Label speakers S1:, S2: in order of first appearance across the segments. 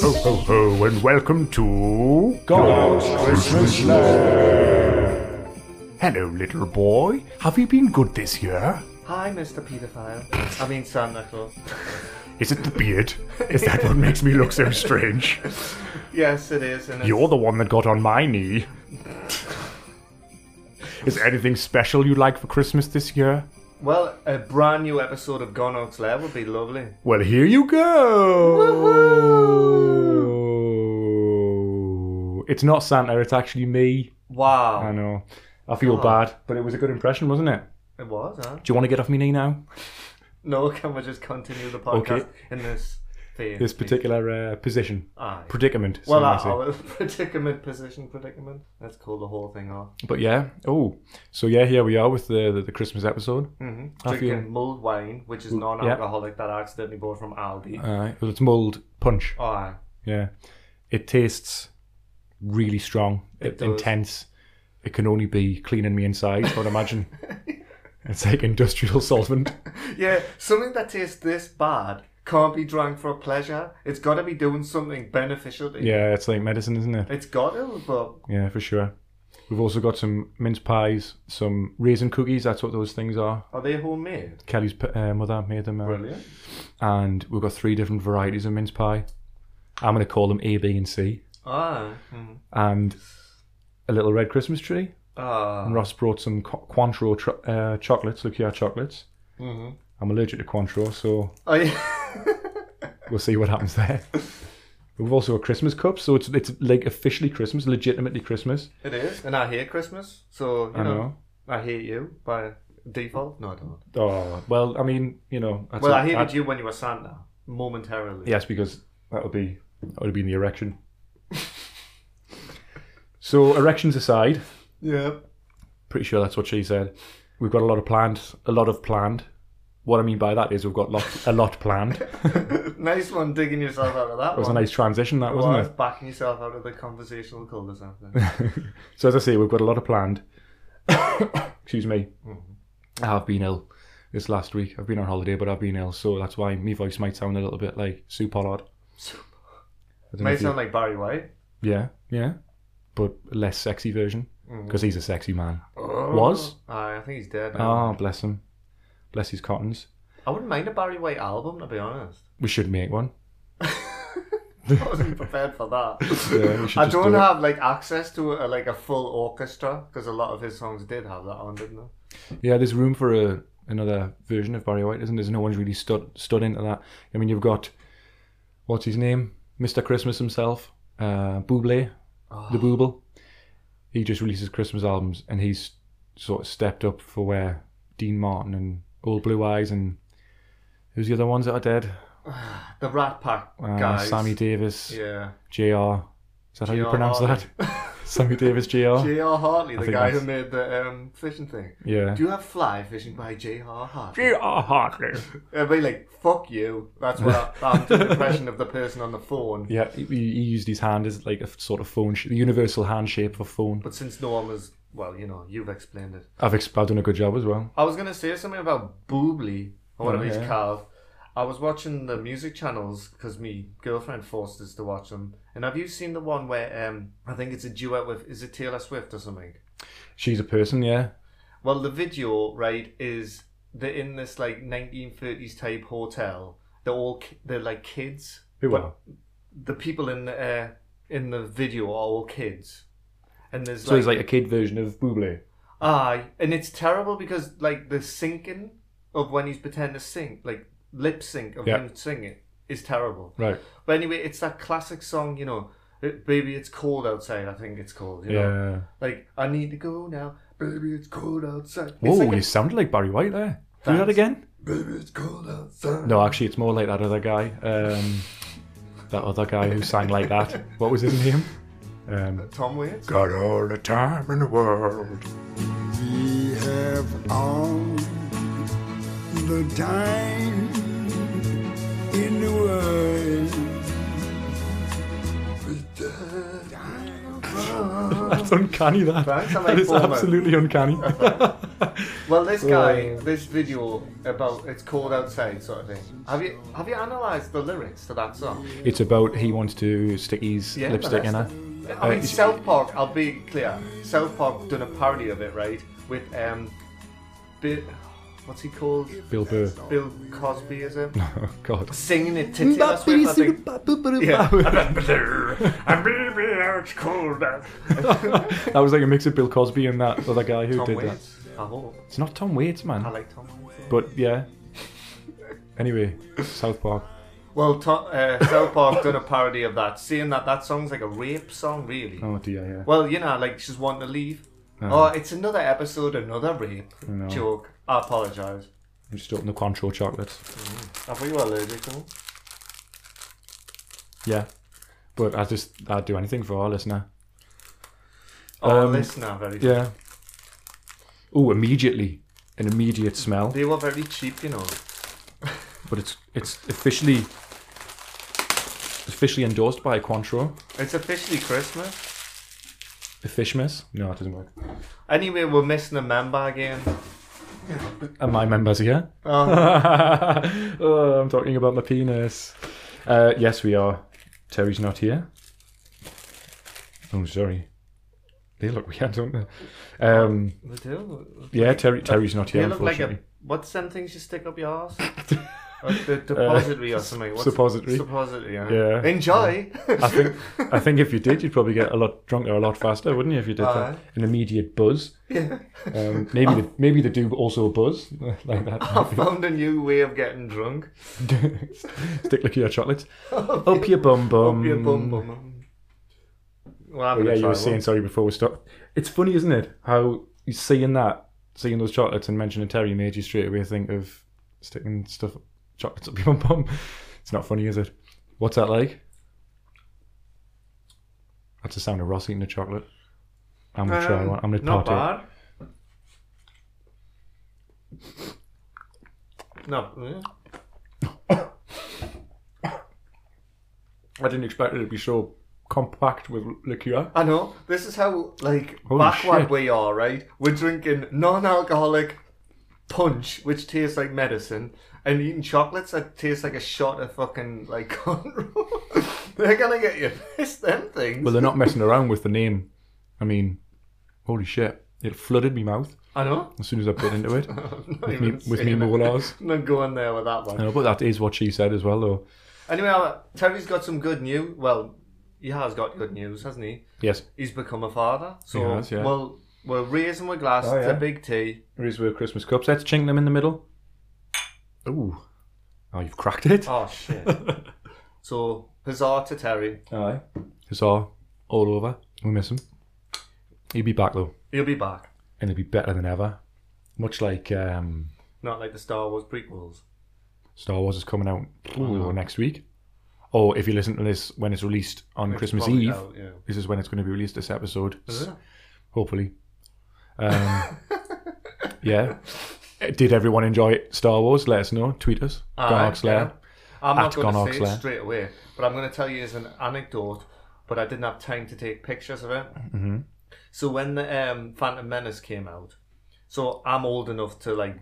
S1: Ho, ho, ho, and welcome to.
S2: God's Christmas Lair.
S1: Hello, little boy. Have you been good this year?
S3: Hi, Mr. Pedophile. I mean, Santa Claus.
S1: Is it the beard? Is that what makes me look so strange?
S3: yes, it is. And it's,
S1: You're the one that got on my knee. Is there anything special you like for Christmas this year?
S3: well, a brand new episode of Gone Oaks Lair would be lovely.
S1: Well, here you go. It's not Santa, it's actually me. I
S3: Wow.
S1: know. I feel bad, but it was a good impression, wasn't it?
S3: It was, huh?
S1: Do you want to get off my knee now?
S3: No, can we just continue the podcast in this theme?
S1: This particular uh, position,
S3: Aye.
S1: predicament.
S3: well,
S1: I
S3: that
S1: say.
S3: our predicament, position, predicament. Let's call the whole thing off.
S1: But yeah, oh, so yeah, here we are with the the, the Christmas episode.
S3: Mm-hmm.
S1: I feel-
S3: Drinking mulled wine, which
S1: Mm,
S3: is non-alcoholic, that I accidentally bought from Aldi.
S1: Uh, well, it's mulled punch.
S3: Aye.
S1: Yeah, it tastes really strong,
S3: It
S1: i-
S3: does.
S1: intense. It can only be cleaning me inside. I would imagine it's like industrial solvent.
S3: Yeah, something that tastes this bad can't be drank for pleasure. It's got to be doing something beneficial to you.
S1: Yeah, it's like medicine, isn't it?
S3: It's got to, but
S1: Yeah, for sure. We've also got some mince pies, some raisin cookies. That's what those things are.
S3: are they homemade?
S1: Kelly's p- uh, mother made them. uh,
S3: Brilliant.
S1: and we've got three different varieties of mince pie. I'm going to call them A, B, and C.
S3: Ah. mm.
S1: And a little red Christmas tree.
S3: Ah.
S1: And Ross brought some Qu- Cointreau tr- uh, chocolates, look here, chocolates.
S3: Mhm.
S1: I'm allergic to Cointreau, so
S3: Oh, yeah.
S1: we'll see what happens there. We've also got Christmas cups, so it's it's like officially Christmas, legitimately Christmas.
S3: it is. And I hate Christmas, so, you
S1: I
S3: know,
S1: know.
S3: I hate you by default. No, I don't.
S1: Oh well, I mean, you know. That's
S3: well,
S1: a-
S3: I hated
S1: that-
S3: you when you were Santa, momentarily.
S1: Yes, because that would be that would have been the erection. so erections aside,
S3: Yeah.
S1: Pretty sure that's what she said. We've got a lot of planned, a lot of planned. What I mean by that is we've got lot, a lot planned. It
S3: nice one digging yourself out of that
S1: was a
S3: one.
S1: nice transition, that wasn't it?
S3: Backing yourself out of the conversational cul-de-sac. there.
S1: So as I say, we've got a lot of planned. Excuse me. I have been ill this last week. I've been on holiday, but I've been ill, so that's why my voice might sound a little bit like Sue Pollard. I don't know
S3: May
S1: if you-
S3: sound like Barry White.
S1: yeah, yeah, but less sexy version because he's a sexy man.
S3: Oh.
S1: Was?
S3: Aye, I think he's dead now.
S1: Ah, bless him, bless his cottons.
S3: I wouldn't mind a Barry White album, to be honest.
S1: We should make one.
S3: I wasn't prepared for that.
S1: Yeah, we should
S3: I
S1: just
S3: don't
S1: do it.
S3: have like access to a, like a full orchestra because a lot of his songs did have that on, didn't they?
S1: Yeah, there's room for a, another version of Barry White, isn't there? No one's really stood stood into that. I mean, you've got what's his name, Mr. Christmas himself, uh, Buble,
S3: Ah.
S1: the Booble. He just releases Christmas albums, and he's sort of stepped up for where Dean Martin and Old Blue Eyes and who's the other ones that are dead?
S3: The Rat Pack
S1: Uh,
S3: guys.
S1: Sammy Davis,
S3: Yeah.
S1: Jr. Is that how you
S3: J.R.
S1: pronounce that? Sammy Davis, Jr.
S3: J.R. Hartley, the
S1: Oh, think
S3: guy
S1: that's-
S3: who made the um, fishing thing.
S1: Yeah.
S3: Do you have Fly Fishing by J.R. Hartley?
S1: J.R. Hartley.
S3: Everybody like, fuck you. That's what I, I'm the impression of the person on the phone.
S1: Yeah, he, he used his hand as like a f- sort of phone, sh- the universal hand shape of a phone.
S3: But since no one was, well, you know, you've explained it.
S1: I've, exp- I've done a good job as well.
S3: I was gonna say something about Boobly or whatever he's
S1: yeah.
S3: called. I was watching the music channels because me girlfriend forced us to watch them. And have you seen the one where um I think it's a duet with is it Taylor Swift or something?
S1: She's a person, yeah.
S3: Well, the video right is they're in this like 1930s type hotel. They're all ki- they're like kids.
S1: Who
S3: But
S1: are?
S3: The people in the uh, in the video are all kids. And there's
S1: So he's like a kid version of Buble.
S3: Aye, Ah, and it's terrible because like the syncing of when he's pretending to sing, like lip sync of
S1: Yeah.
S3: him singing, is terrible.
S1: Right.
S3: But anyway, it's that classic song, you know, it- "Baby, It's Cold Outside." I think it's called. You know?
S1: Yeah.
S3: Like I need to go now, baby. It's cold outside.
S1: Whoa,
S3: It's like a-
S1: you sounded like Barry White there. Do that
S3: Thanks.
S1: again?
S3: baby, it's cold outside.
S1: No, actually, it's more like that other guy. Um, that other guy who sang like that. What was his name? Um,
S3: Tom Waits.
S2: Got all the time in the world.
S4: We have all the time in the world.
S1: that's uncanny. That
S3: Thanks, I like
S1: that is
S3: Bournemouth.
S1: absolutely uncanny.
S3: Well, this guy, this video about it's cold outside sort of thing. Have you have you analysed the lyrics to that song?
S1: it's about he wants to stick his
S3: Yeah,
S1: lipstick in her.
S3: that's-
S1: Uh,
S3: I mean, South Park. I'll be clear. South Park done a parody of it, right? With um, Bill, what's he called?
S1: Bill Burr.
S3: Bill Cosby, is it?
S1: Oh God.
S3: Singing it to Taylor Swift. I think. Yeah.
S2: And baby, it's cold
S3: uh,
S2: out.
S1: that was like a mix of Bill Cosby and that other guy who
S3: Tom
S1: did that.
S3: Waits. I hope.
S1: It's not Tom Waits, man.
S3: I like Tom Waits.
S1: But yeah. Anyway, South Park.
S3: Well, to, uh, South Park done a parody of that, saying that that song's like a rape song, really.
S1: Oh dear, yeah.
S3: Well, you know, like she's wanting to leave. Oh, it's another episode, another rape
S1: know.
S3: joke. I apologise.
S1: I'm just open the Quantro chocolates.
S3: I thought you were allergic to them.
S1: Yeah. But I just I'd do anything for our listener.
S3: Oh,
S1: Um,
S3: listener, very.
S1: Yeah. Oh, immediately. An immediate smell.
S3: They were very cheap, you know.
S1: But it's it's officially officially endorsed by Quantro.
S3: It's officially Christmas.
S1: The Fishmas. No, it doesn't work.
S3: Anyway, we're missing a member again.
S1: And my members here.
S3: Oh,
S1: oh, I'm talking about my penis. Uh, yes, we are. Terry's not here. Oh, sorry. They look weird, don't they? Um,
S3: they do.
S1: yeah, Terry. Terry's not
S3: They
S1: here,
S3: look like a.
S1: unfortunately. Uh,
S3: What's them things you stick up your arse? Or the depository or something. What's
S1: suppository.
S3: Suppository, yeah.
S1: Yeah.
S3: Enjoy!
S1: I think. I think if you did, you'd probably get a lot drunker, a lot faster, wouldn't you? If you did
S3: Aye.
S1: that, an immediate buzz. Um, maybe the, maybe the do also buzz like
S3: I
S1: that.
S3: found a new way of getting drunk.
S1: Stick like your chocolates. Up your bum bum.
S3: Be a bum bum. Well,
S1: But Um, Oh,
S3: I'm gonna
S1: yeah, you
S3: try
S1: were
S3: one.
S1: saying sorry before we stopped. It's funny, isn't it? How you seeing that, seeing those chocolates and mentioning Terry made you straight away think of sticking stuff chocolates up your bum bum. It's not funny, is it? What's that like? That's the sound of Ross eating a chocolate. I'm gonna try
S3: Um,
S1: one. I'm gonna
S3: Not
S1: partake.
S3: bad. No. mm.
S1: I didn't expect it to be so compact with liqueur.
S3: I know. This is how like
S1: Holy
S3: backward
S1: shit.
S3: we are, right? We're drinking non-alcoholic punch, which tastes like medicine, and eating chocolates that taste like a shot of fucking like cornrow. They're gonna get you pissed. Them things.
S1: Well, they're not messing around with the name. I mean, holy shit! It flooded me mouth
S3: I know.
S1: as soon as I bit into it
S3: Not
S1: with me
S3: even
S1: with me
S3: saying it.
S1: molars.
S3: I'm not going there with that one.
S1: No, but that is what she said as well, though.
S3: Anyway, uh, Terry's got some good news. Well, he has got good news, hasn't he?
S1: Yes.
S3: He's become a father. So,
S1: He has, yeah.
S3: well, we're raising a glass
S1: Oh, yeah.
S3: to Big T.
S1: Here's where Christmas cups. Let's chink them in the middle. Ooh. Oh, you've cracked it.
S3: Oh, shit. so, huzzah to Terry.
S1: Aye. It's all, all over. We miss him. He'll be back, though.
S3: He'll be back.
S1: And he'll be better than ever. Much like um,
S3: Not like the Star Wars prequels.
S1: Star Wars is coming out ooh, next week. Or if you listen to this when it's released on Christmas
S3: Probably
S1: Eve,
S3: out, yeah.
S1: this is when it's going to be released, this episode.
S3: Is it?
S1: Hopefully. Um, yeah. Uh, Did everyone enjoy Star Wars? Let us know. Tweet us.
S3: Aye,
S1: Garg Slayer.
S3: I'm
S1: At
S3: not going
S1: Gonarch
S3: to say
S1: Lair.
S3: it straight away, but I'm going to tell you as an anecdote. But I didn't have time to take pictures of it. Mm-hmm. So when the um, Phantom Menace came out, so I'm old enough to like.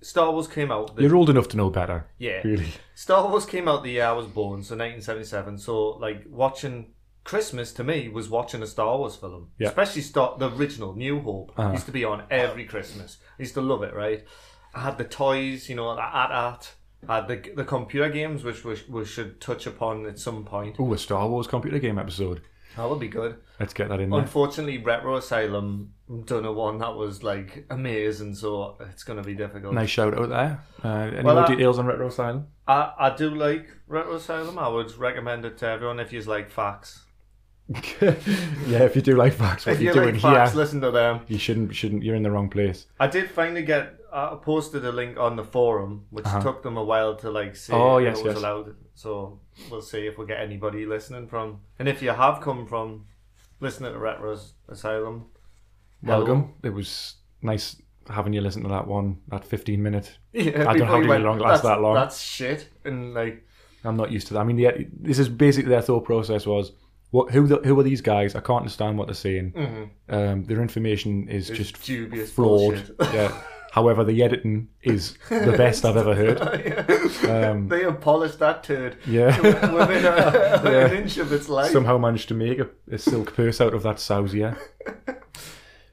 S3: Star Wars came out. The,
S1: You're old enough to know better.
S3: yeah,
S1: Really.
S3: Star Wars came out the year I was born, so 1977. So like watching Christmas to me was watching a Star Wars film,
S1: Yeah. Uh-huh.
S3: especially Star the original New Hope used to be on every Christmas. I used to love it, right? I had the toys, you know, the at at. I had the, the computer games, which we, sh- we should touch upon at some point.
S1: Ooh, a Star Wars computer game episode.
S3: That would be good.
S1: Let's get that in there.
S3: Unfortunately, Retro Asylum done a one that was like amazing, so it's going to be difficult.
S1: nice shout out there. Uh, any
S3: Well,
S1: more
S3: I-
S1: details on Retro Asylum?
S3: I, I do like Retro Asylum. I would recommend it to everyone if you like facts.
S1: yeah, if you do like facts, what
S3: If
S1: you're
S3: you
S1: doing
S3: like facts,
S1: here,
S3: listen to them.
S1: you shouldn't shouldn't. You're in the wrong place.
S3: I did finally get I posted a link on the forum, which took them a while to like see
S1: Uh-huh. Oh,
S3: if
S1: yes,
S3: it was
S1: yes.
S3: allowed. So we'll see if we get anybody listening from. And if you have come from listening to Retro Asylum.
S1: Welcome. It was nice having you listen to that one, that 15 minute.
S3: Yeah,
S1: know
S3: before
S1: how
S3: you
S1: did
S3: went,
S1: it long- last
S3: "That's-
S1: that long."
S3: That's shit. And like,
S1: I'm not used to that. I mean, the, this is basically their thought process was, what, who the, who are these guys? I can't understand what they're saying. Um, their information is just
S3: Mm-hmm. dubious
S1: fraud.
S3: bullshit.
S1: yeah. However, the editing is the best I've ever heard. Um,
S3: they have polished that turd
S1: yeah.
S3: within a, an inch of its life.
S1: Somehow managed to make a, a silk purse out of that sousier.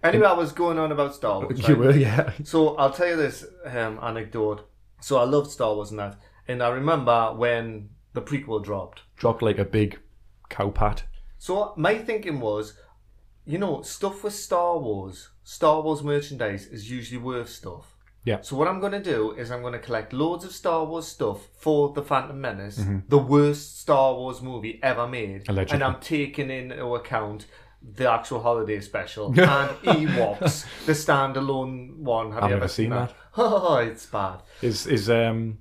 S3: anyway, I was going on about Star Wars.
S1: You
S3: right?
S1: were, yeah.
S3: So I'll tell you this um, anecdote. So I loved Star Wars and that, and I remember when the prequel dropped.
S1: Dropped like a big cow pat.
S3: So my thinking was, you know, stuff with Star Wars, Star Wars merchandise is usually worth stuff.
S1: Yeah.
S3: So what I'm going to do is I'm going to collect loads of Star Wars stuff for the Phantom Menace, the worst Star Wars movie ever made,
S1: Mm-hmm. Allegedly.
S3: and I'm taking into account the actual holiday special and Ewoks, the standalone one. Have
S1: I've
S3: you
S1: never
S3: ever
S1: seen that.
S3: Oh, it's bad.
S1: Is, is, um,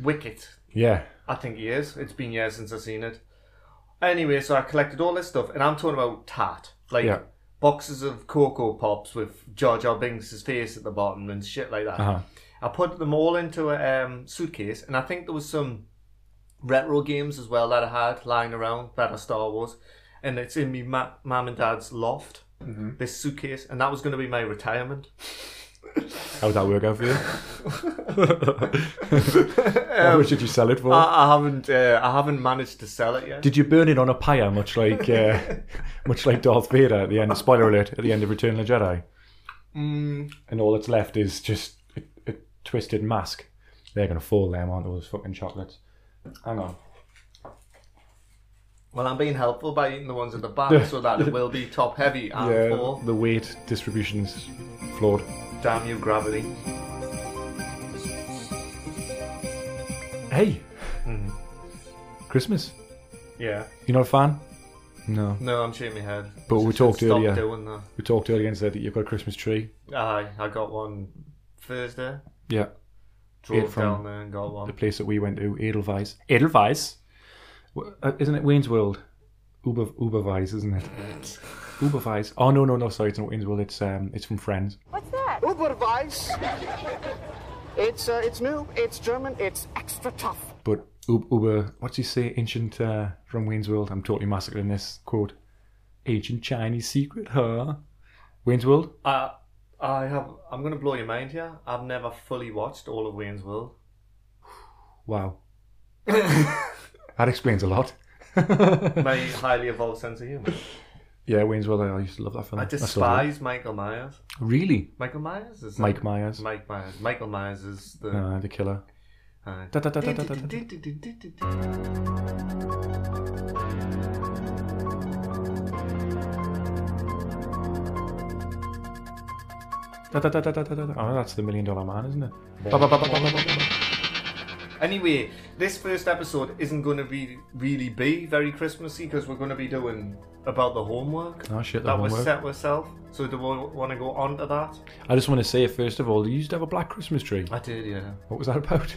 S3: Wicked.
S1: yeah.
S3: I think he is. It's been years since I've seen it. Anyway, so I collected all this stuff, and I'm talking about tat, like
S1: Yeah.
S3: boxes of Cocoa Pops with Jar Jar Binks' face at the bottom and shit like that.
S1: Uh-huh.
S3: I put them all into a um, suitcase, and I think there was some retro games as well that I had lying around that are Star Wars, and it's in me ma- mum and dad's loft. This suitcase, and that was going to be my retirement.
S1: How would that work out for you? How much did you sell it for?
S3: I, I haven't, uh, I haven't managed to sell it yet.
S1: did you burn it on a pyre, much like uh, much like Darth Vader at the end? Spoiler alert! At the end of Return of the Jedi,
S3: Mm,
S1: and all that's left is just a, a twisted mask. They're gonna fall them, aren't those fucking chocolates? Hang on.
S3: Well, I'm being helpful by eating the ones at the back so that it will be top heavy and full.
S1: the weight distribution's flawed.
S3: Damn you, gravity.
S1: Hey, Christmas.
S3: Yeah.
S1: You're not a fan? No.
S3: No, I'm shaking my head.
S1: But we
S3: Just
S1: talked
S3: stop
S1: earlier.
S3: doing that.
S1: We talked earlier and said that you've got a Christmas tree.
S3: Aye, I got one Thursday.
S1: Yeah.
S3: Drove
S1: from
S3: down there and got
S1: the
S3: one.
S1: place that we went to, Edelweiss. Edelweiss? W- uh, Isn't it Wayne's World? Uber Uberweiss, isn't it? Uberweiss. Oh no no no! Sorry, it's not Wayne's World. It's um, it's from Friends.
S5: What's that?
S6: Uberweiss. It's uh, it's new. It's German. It's extra tough.
S1: But U- Uber, what's he say? Ancient uh, from Wayne's World. I'm totally massacring this quote. Ancient Chinese secret, huh? Wayne's World.
S3: Uh, I have. I'm gonna blow your mind here. I've never fully watched all of Wayne's World.
S1: Wow. that explains a lot.
S3: My highly evolved sense of humor.
S1: Yeah, Wayne's World. I used to love that film.
S3: I
S1: still do.
S3: despise Michael Myers.
S1: Really,
S3: Michael Myers is
S1: Mike Myers,
S3: Mike Myers. Michael Myers is the.
S1: uh, the killer.
S3: aye.
S1: Da, da, da, da, da, da, da. Da, da, da, da, da, da, da. Oh, that's the Million Dollar Man, isn't it? Ba, ba, ba, ba, ba, ba, ba.
S3: Anyway, this first episode isn't going to be really be very Christmassy because we're going to be doing about the homework
S1: Oh shit,
S3: that
S1: that
S3: was
S1: one
S3: set myself. So do we want to go on to that?
S1: I just want to say, first of all, you used to have a black Christmas tree.
S3: I did, yeah.
S1: What was that about?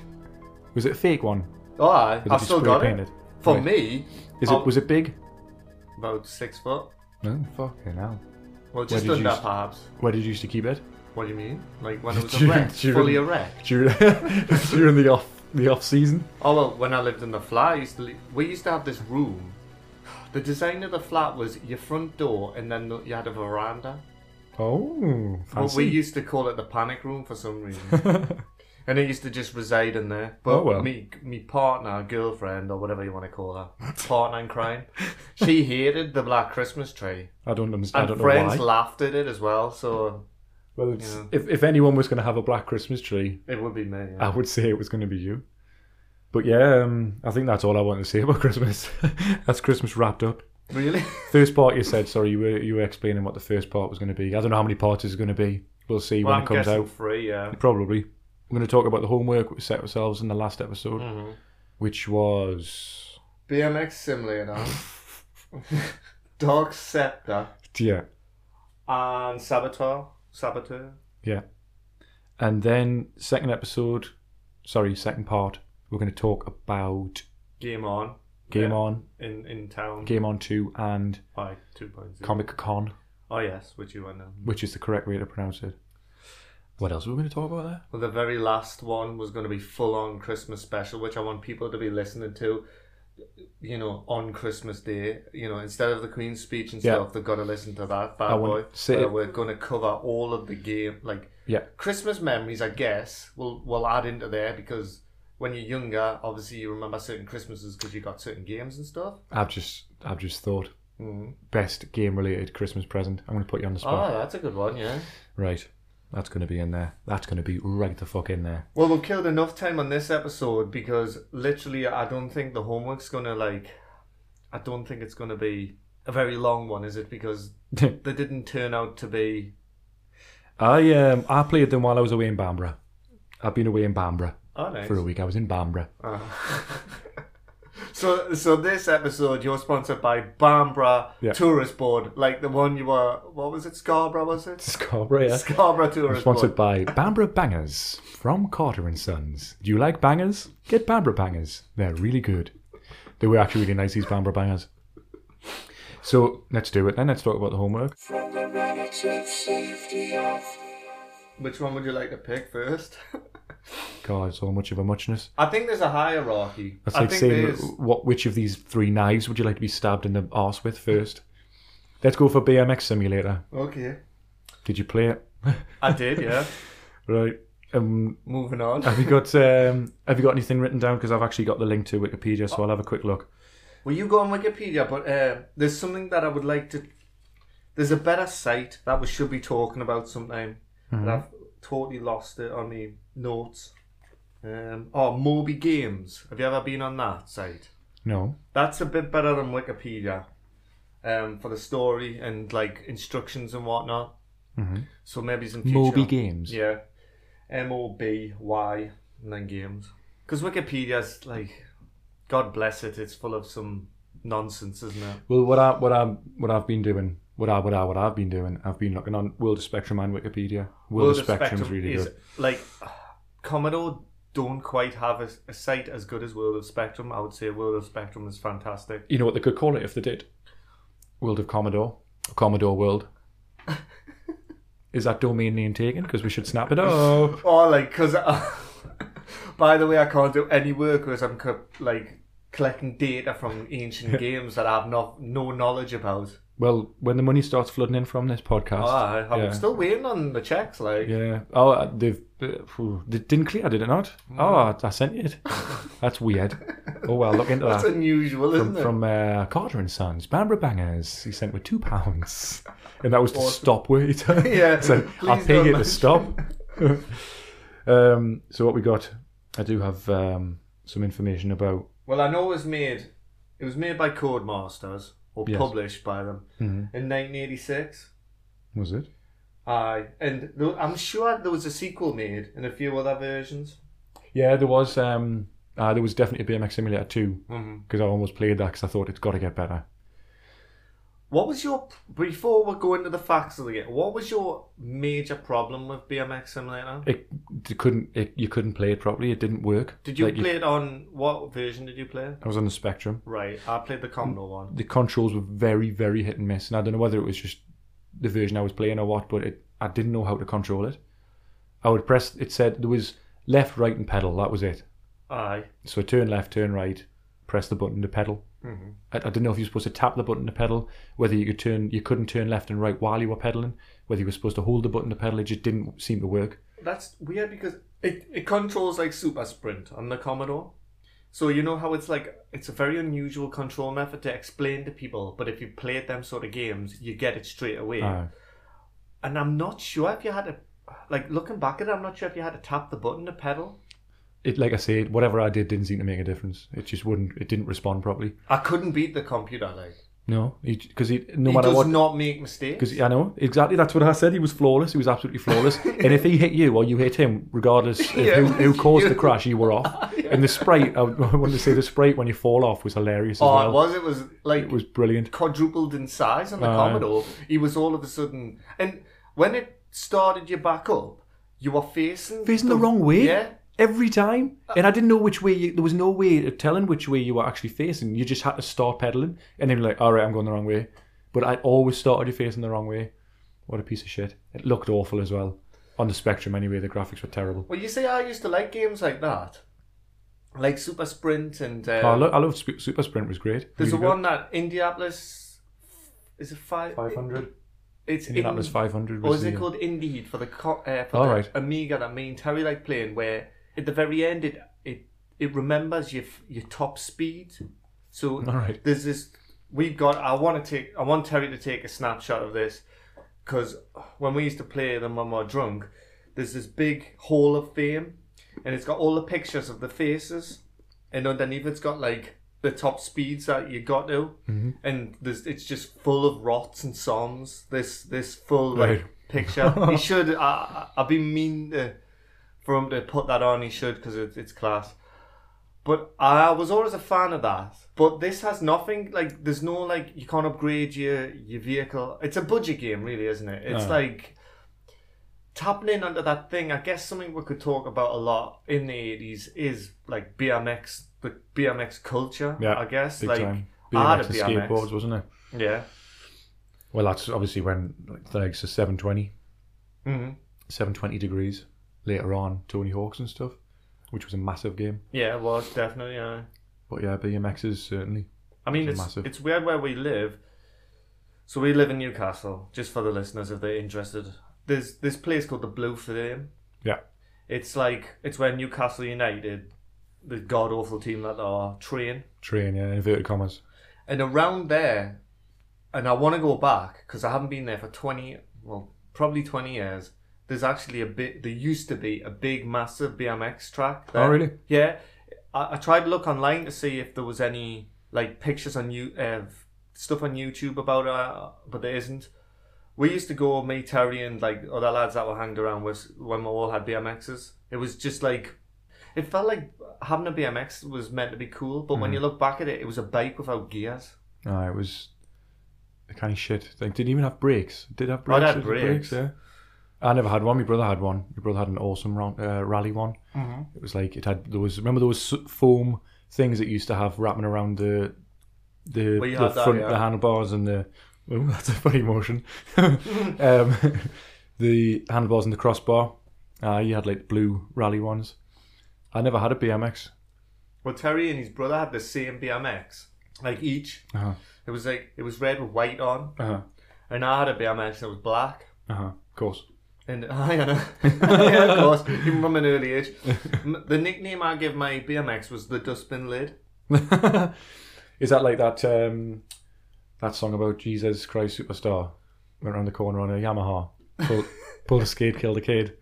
S1: Was it a fake one?
S3: Oh, aye,
S1: Was it
S3: I've
S1: just
S3: still
S1: spray
S3: got
S1: painted?
S3: it. For
S1: Right.
S3: me,
S1: Is
S3: Oh.
S1: it was it big?
S3: about six foot.
S1: No, fucking hell.
S3: Well, just
S1: did you
S3: under
S1: s-
S3: perhaps.
S1: Where did you used to keep it?
S3: What do you mean? Like when it was
S1: During-
S3: erect,
S1: during-
S3: fully erect.
S1: During, during the off the off season.
S3: Oh well, when I lived in the flat, I used to li- we used to have this room. The design of the flat was your front door, and then the- you had a veranda.
S1: Oh,
S3: Well,
S1: fancy.
S3: we used to call it the panic room for some reason. and it used to just reside in there. But
S1: Oh, well.
S3: me, me partner, girlfriend, or whatever you want to call her, partner in crime, she hated the black Christmas tree.
S1: I don't understand. I
S3: And
S1: don't
S3: friends
S1: know why.
S3: laughed at it as well, so
S1: well, it's,
S3: Yeah.
S1: if if anyone was going to have a black Christmas tree,
S3: it would be me.
S1: I
S3: Yeah.
S1: would say it was going to be you. But yeah, um, I think that's all I want to say about Christmas. that's Christmas wrapped up.
S3: Really?
S1: First part you said, sorry, you were you were explaining what the first part was going to be. I don't know how many parts it's going to be. We'll see
S3: well,
S1: when
S3: I'm
S1: it comes
S3: guessing
S1: out.
S3: free, yeah.
S1: Probably. We're going to talk about the homework we set ourselves in the last episode,
S3: Mm-hmm.
S1: which was
S3: BMX simulator, dog scepter,
S1: yeah,
S3: and saboteur. Saboteur.
S1: yeah. And then second episode, sorry, second part, we're going to talk about
S3: Game on.
S1: Game
S3: Yeah.
S1: On,
S3: in in town
S1: Game On Two, and
S3: by two points.
S1: Comic Con,
S3: Oh yes, which you went on.
S1: which is the correct way to pronounce it. What else were we going to talk about there?
S3: Well, the very last one was going to be full on Christmas special, which I want people to be listening to. You know, on Christmas Day, you know, instead of the Queen's speech and
S1: Yeah.
S3: stuff, they've got to listen to that bad
S1: I
S3: boy.
S1: want- say
S3: where
S1: it-
S3: we're going to cover all of the game, like
S1: Yeah,
S3: Christmas memories, I guess, we'll, we'll add into there because when you're younger, obviously you remember certain Christmases because you got certain games and stuff.
S1: I've just I've just thought
S3: Mm.
S1: best game related Christmas present. I'm going to put you on the
S3: Oh,
S1: spot.
S3: that's a good one, yeah.
S1: Right, that's going to be in there. That's going to be right the fuck in there.
S3: Well, we've killed enough time on this episode because literally, I don't think the homework's going to, like, I don't think it's going to be a very long one, is it? Because they didn't turn out to be.
S1: I um I played them while I was away in Bambra. I've been away in Bambra
S3: Oh, nice. Ah.
S1: for a week. I was in Bambra.
S3: So, so this episode, you're sponsored by Bambra
S1: Yeah.
S3: Tourist Board, like the one you were, what was it, Scarborough, was it?
S1: Scarborough. yeah.
S3: Scarborough Tourist Board.
S1: Sponsored by Bambra Bangers from Carter and Sons. Do you like bangers? Get Bambra Bangers. They're really good. They were actually really nice, these Bambra Bangers. So let's do it then. Let's talk about the homework.
S3: Which one would you like to pick first?
S1: God, so much of a muchness.
S3: I think there's a hierarchy.
S1: That's
S3: I
S1: like
S3: think
S1: saying,
S3: there's
S1: what, which of these three knives would you like to be stabbed in the arse with first? Let's go for BMX Simulator.
S3: okay.
S1: Did you play it?
S3: I did, yeah.
S1: Right. Um,
S3: Moving on.
S1: have you got um, Have you got anything written down? Because I've actually got the link to Wikipedia, so I'll have a quick look.
S3: Well, you go on Wikipedia, but uh, there's something that I would like to. There's a better site that we should be talking about sometime, and I've totally lost it on my notes. Um, oh, Moby Games. Have you ever been on that site?
S1: No.
S3: That's a bit better than Wikipedia um, for the story and like instructions and whatnot. So maybe some future.
S1: Mm-hmm. Moby Games.
S3: Yeah. M O B Y and then games. Because Wikipedia's like, God bless it, it's full of some nonsense, isn't it?
S1: Well, what I what I what I've been doing, what I what I what I've been doing, I've been looking on World of Spectrum and Wikipedia. World, of
S3: World of
S1: Spectrum's really
S3: is,
S1: good.
S3: Like, Commodore don't quite have a, a site as good as World of Spectrum. I would say World of Spectrum is fantastic.
S1: You know what they could call it if they did? World of Commodore, Commodore World. is that domain name taken? Because we should snap it up.
S3: Or like, because, by the way, I can't do any work because I'm co- like collecting data from ancient games that I have not, no knowledge about.
S1: well, when the money starts flooding in from this podcast,
S3: Oh, I, I'm
S1: yeah.
S3: still waiting on the checks, like.
S1: Yeah. Oh, uh, they've uh, phew, they didn't clear, did it not?
S3: Mm.
S1: Oh, I, I sent it. That's weird. Oh well, look into
S3: That's
S1: that.
S3: unusual, isn't
S1: from,
S3: it?
S1: from uh, Carter and Sons, Bambra Bangers. He sent with two pounds, and that was to stop waiter.
S3: Yeah,
S1: so I
S3: please
S1: pay
S3: don't
S1: it to
S3: mention-
S1: stop. um, so what we got? I do have um, some information about.
S3: Well, I know it was made. It was made by Codemasters or
S1: Yes. Mm-hmm.
S3: published by them in 1986.
S1: Was it?
S3: Aye, and th- I'm sure there was a sequel made and a few other versions.
S1: Yeah, there was. Um, uh, there was definitely BMX Simulator two
S3: Mhm.
S1: because I almost played that because I thought it's got to get better.
S3: What was your before we go into the facts of the game? What was your major problem with BMX Simulator?
S1: It, it couldn't. It, you couldn't play it properly. It didn't work.
S3: Did you
S1: Like,
S3: play it on what version did you play?
S1: I was on the Spectrum.
S3: Right, I played the Commodore one.
S1: the controls were very, very hit and miss. And I don't know whether it was just the version I was playing or what, but it, I didn't know how to control it. I would press, it said there was left, right, and pedal. That was it.
S3: Aye,
S1: So turn left, turn right, press the button to pedal. I, I didn't know if you were supposed to tap the button to pedal, whether you could turn, you couldn't turn left and right while you were pedaling, whether you were supposed to hold the button to pedal. It just didn't seem to work.
S3: that's weird because it, it controls like Super Sprint on the Commodore. So you know how it's like it's a very unusual control method to explain to people, but if you played them sort of games, you get it straight away.
S1: Uh,
S3: and I'm not sure if you had to, like looking back at it, I'm not sure if you had to tap the button to pedal.
S1: it, like I said, whatever I did didn't seem to make a difference. It just wouldn't. It didn't respond properly.
S3: I couldn't beat the computer. Like
S1: No, because he, no
S3: he
S1: matter
S3: does
S1: what,
S3: not make mistakes.
S1: Because I know exactly that's what I said. He was flawless. He was absolutely flawless. and if he hit you or you hit him, regardless of
S3: Yeah,
S1: who, who
S3: you-
S1: caused the crash, you were off. And the sprite, I want to say the sprite when you fall off was hilarious as
S3: Oh,
S1: well.
S3: it was. It was like
S1: It was brilliant.
S3: quadrupled in size on the
S1: Aye.
S3: Commodore. He was all of a sudden, and when it started you back up, you were facing
S1: Facing the wrong way?
S3: Yeah, Uh,
S1: every time. And I didn't know which way. You, there was no way of telling which way you were actually facing. You just had to start pedaling, and then you're like, all right, I'm going the wrong way. But I always started you facing the wrong way. What a piece of shit! It looked awful as well on the Spectrum. Anyway, the graphics were terrible.
S3: Well, you see, I used to like games like that, like Super Sprint and uh,
S1: Oh, I, lo- I loved Sp- Super Sprint. Was great.
S3: there's a
S1: Really
S3: one that Indianapolis is it five?
S1: good. 500.
S3: It's
S1: Indianapolis
S3: in-
S1: 500.
S3: Or
S1: Was
S3: is it
S1: the-
S3: called Indeed for the co- uh, for
S1: All
S3: the
S1: right.
S3: Amiga that me and Terry like playing? Where at the very end it it it remembers your f- your top speed. So
S1: All right.
S3: there's this we've got. I want to take. I want Terry to take a snapshot of this because when we used to play them when we were drunk, there's this big hall of fame, and it's got all the pictures of the faces, and underneath it's got like the top speeds that you got to, and there's it's just full of rots and psalms. This this full like
S1: Right.
S3: picture. he should. I I- I've been mean to, for him to put that on. He should because it, it's class. But I was always a fan of that. But this has nothing like there's no like you can't upgrade your your vehicle. It's a budget game, really, isn't it? It's like tapping in under that thing. I guess something we could talk about a lot in the eighties is like BMX, the BMX culture.
S1: Yeah,
S3: I guess
S1: big
S3: like
S1: time.
S3: I had
S1: BMX
S3: a
S1: and
S3: BMX.
S1: skateboards, wasn't it?
S3: Yeah,
S1: Well, that's obviously when like, the legs are 720,
S3: Mhm.
S1: 720 degrees. Later on, Tony Hawk's and stuff, which was a massive game.
S3: yeah, it was definitely. Yeah.
S1: But yeah, BMXs certainly.
S3: I mean,
S1: It's a
S3: it's
S1: massive-
S3: it's weird where we live. So we live in Newcastle. Just for the listeners, if they're interested, there's this place called the Blue Flame.
S1: Yeah.
S3: It's like it's where Newcastle United, the god awful team that they are, train.
S1: Train, yeah, inverted commas.
S3: And around there, and I want to go back because I haven't been there for twenty, well, probably twenty years. There's actually a bit. There used to be a big, massive BMX track. There.
S1: Oh, really?
S3: Yeah, I, I tried to look online to see if there was any like pictures on you uh, stuff on YouTube about it, uh, but there isn't. We used to go, me, Terry, and like other lads that were hanged around with when we all had BMXs. It was just like it felt like having a BMX was meant to be cool, but when you look back at it, it was a bike without gears.
S1: No, it was the kind of shit. Like, didn't even have brakes. Did it have
S3: Oh, it
S1: brakes?
S3: had
S1: Did it have
S3: brakes.
S1: yeah. I never had one. My brother had one. My brother had an awesome round, uh, rally one.
S3: Mm-hmm.
S1: It was like it had those. Remember those s- foam things that used to have wrapping around the the,
S3: Well, you
S1: the
S3: had that,
S1: front,
S3: yeah.
S1: the handlebars, and the. Ooh, that's a funny motion. um, the handlebars and the crossbar. Uh, you had like blue rally ones. I never had a BMX.
S3: Well, Terry and his brother had the same BMX, like each.
S1: Uh huh.
S3: It was like it was red with white on,
S1: Uh huh.
S3: and I had a BMX that was black.
S1: Uh huh. Of course.
S3: And I know. yeah, of course, even from an early age. M- The nickname I gave my BMX was the dustbin lid.
S1: Is that like that um, that song about Jesus Christ Superstar? Went around the corner on a Yamaha, pulled, pulled a skate, killed a kid,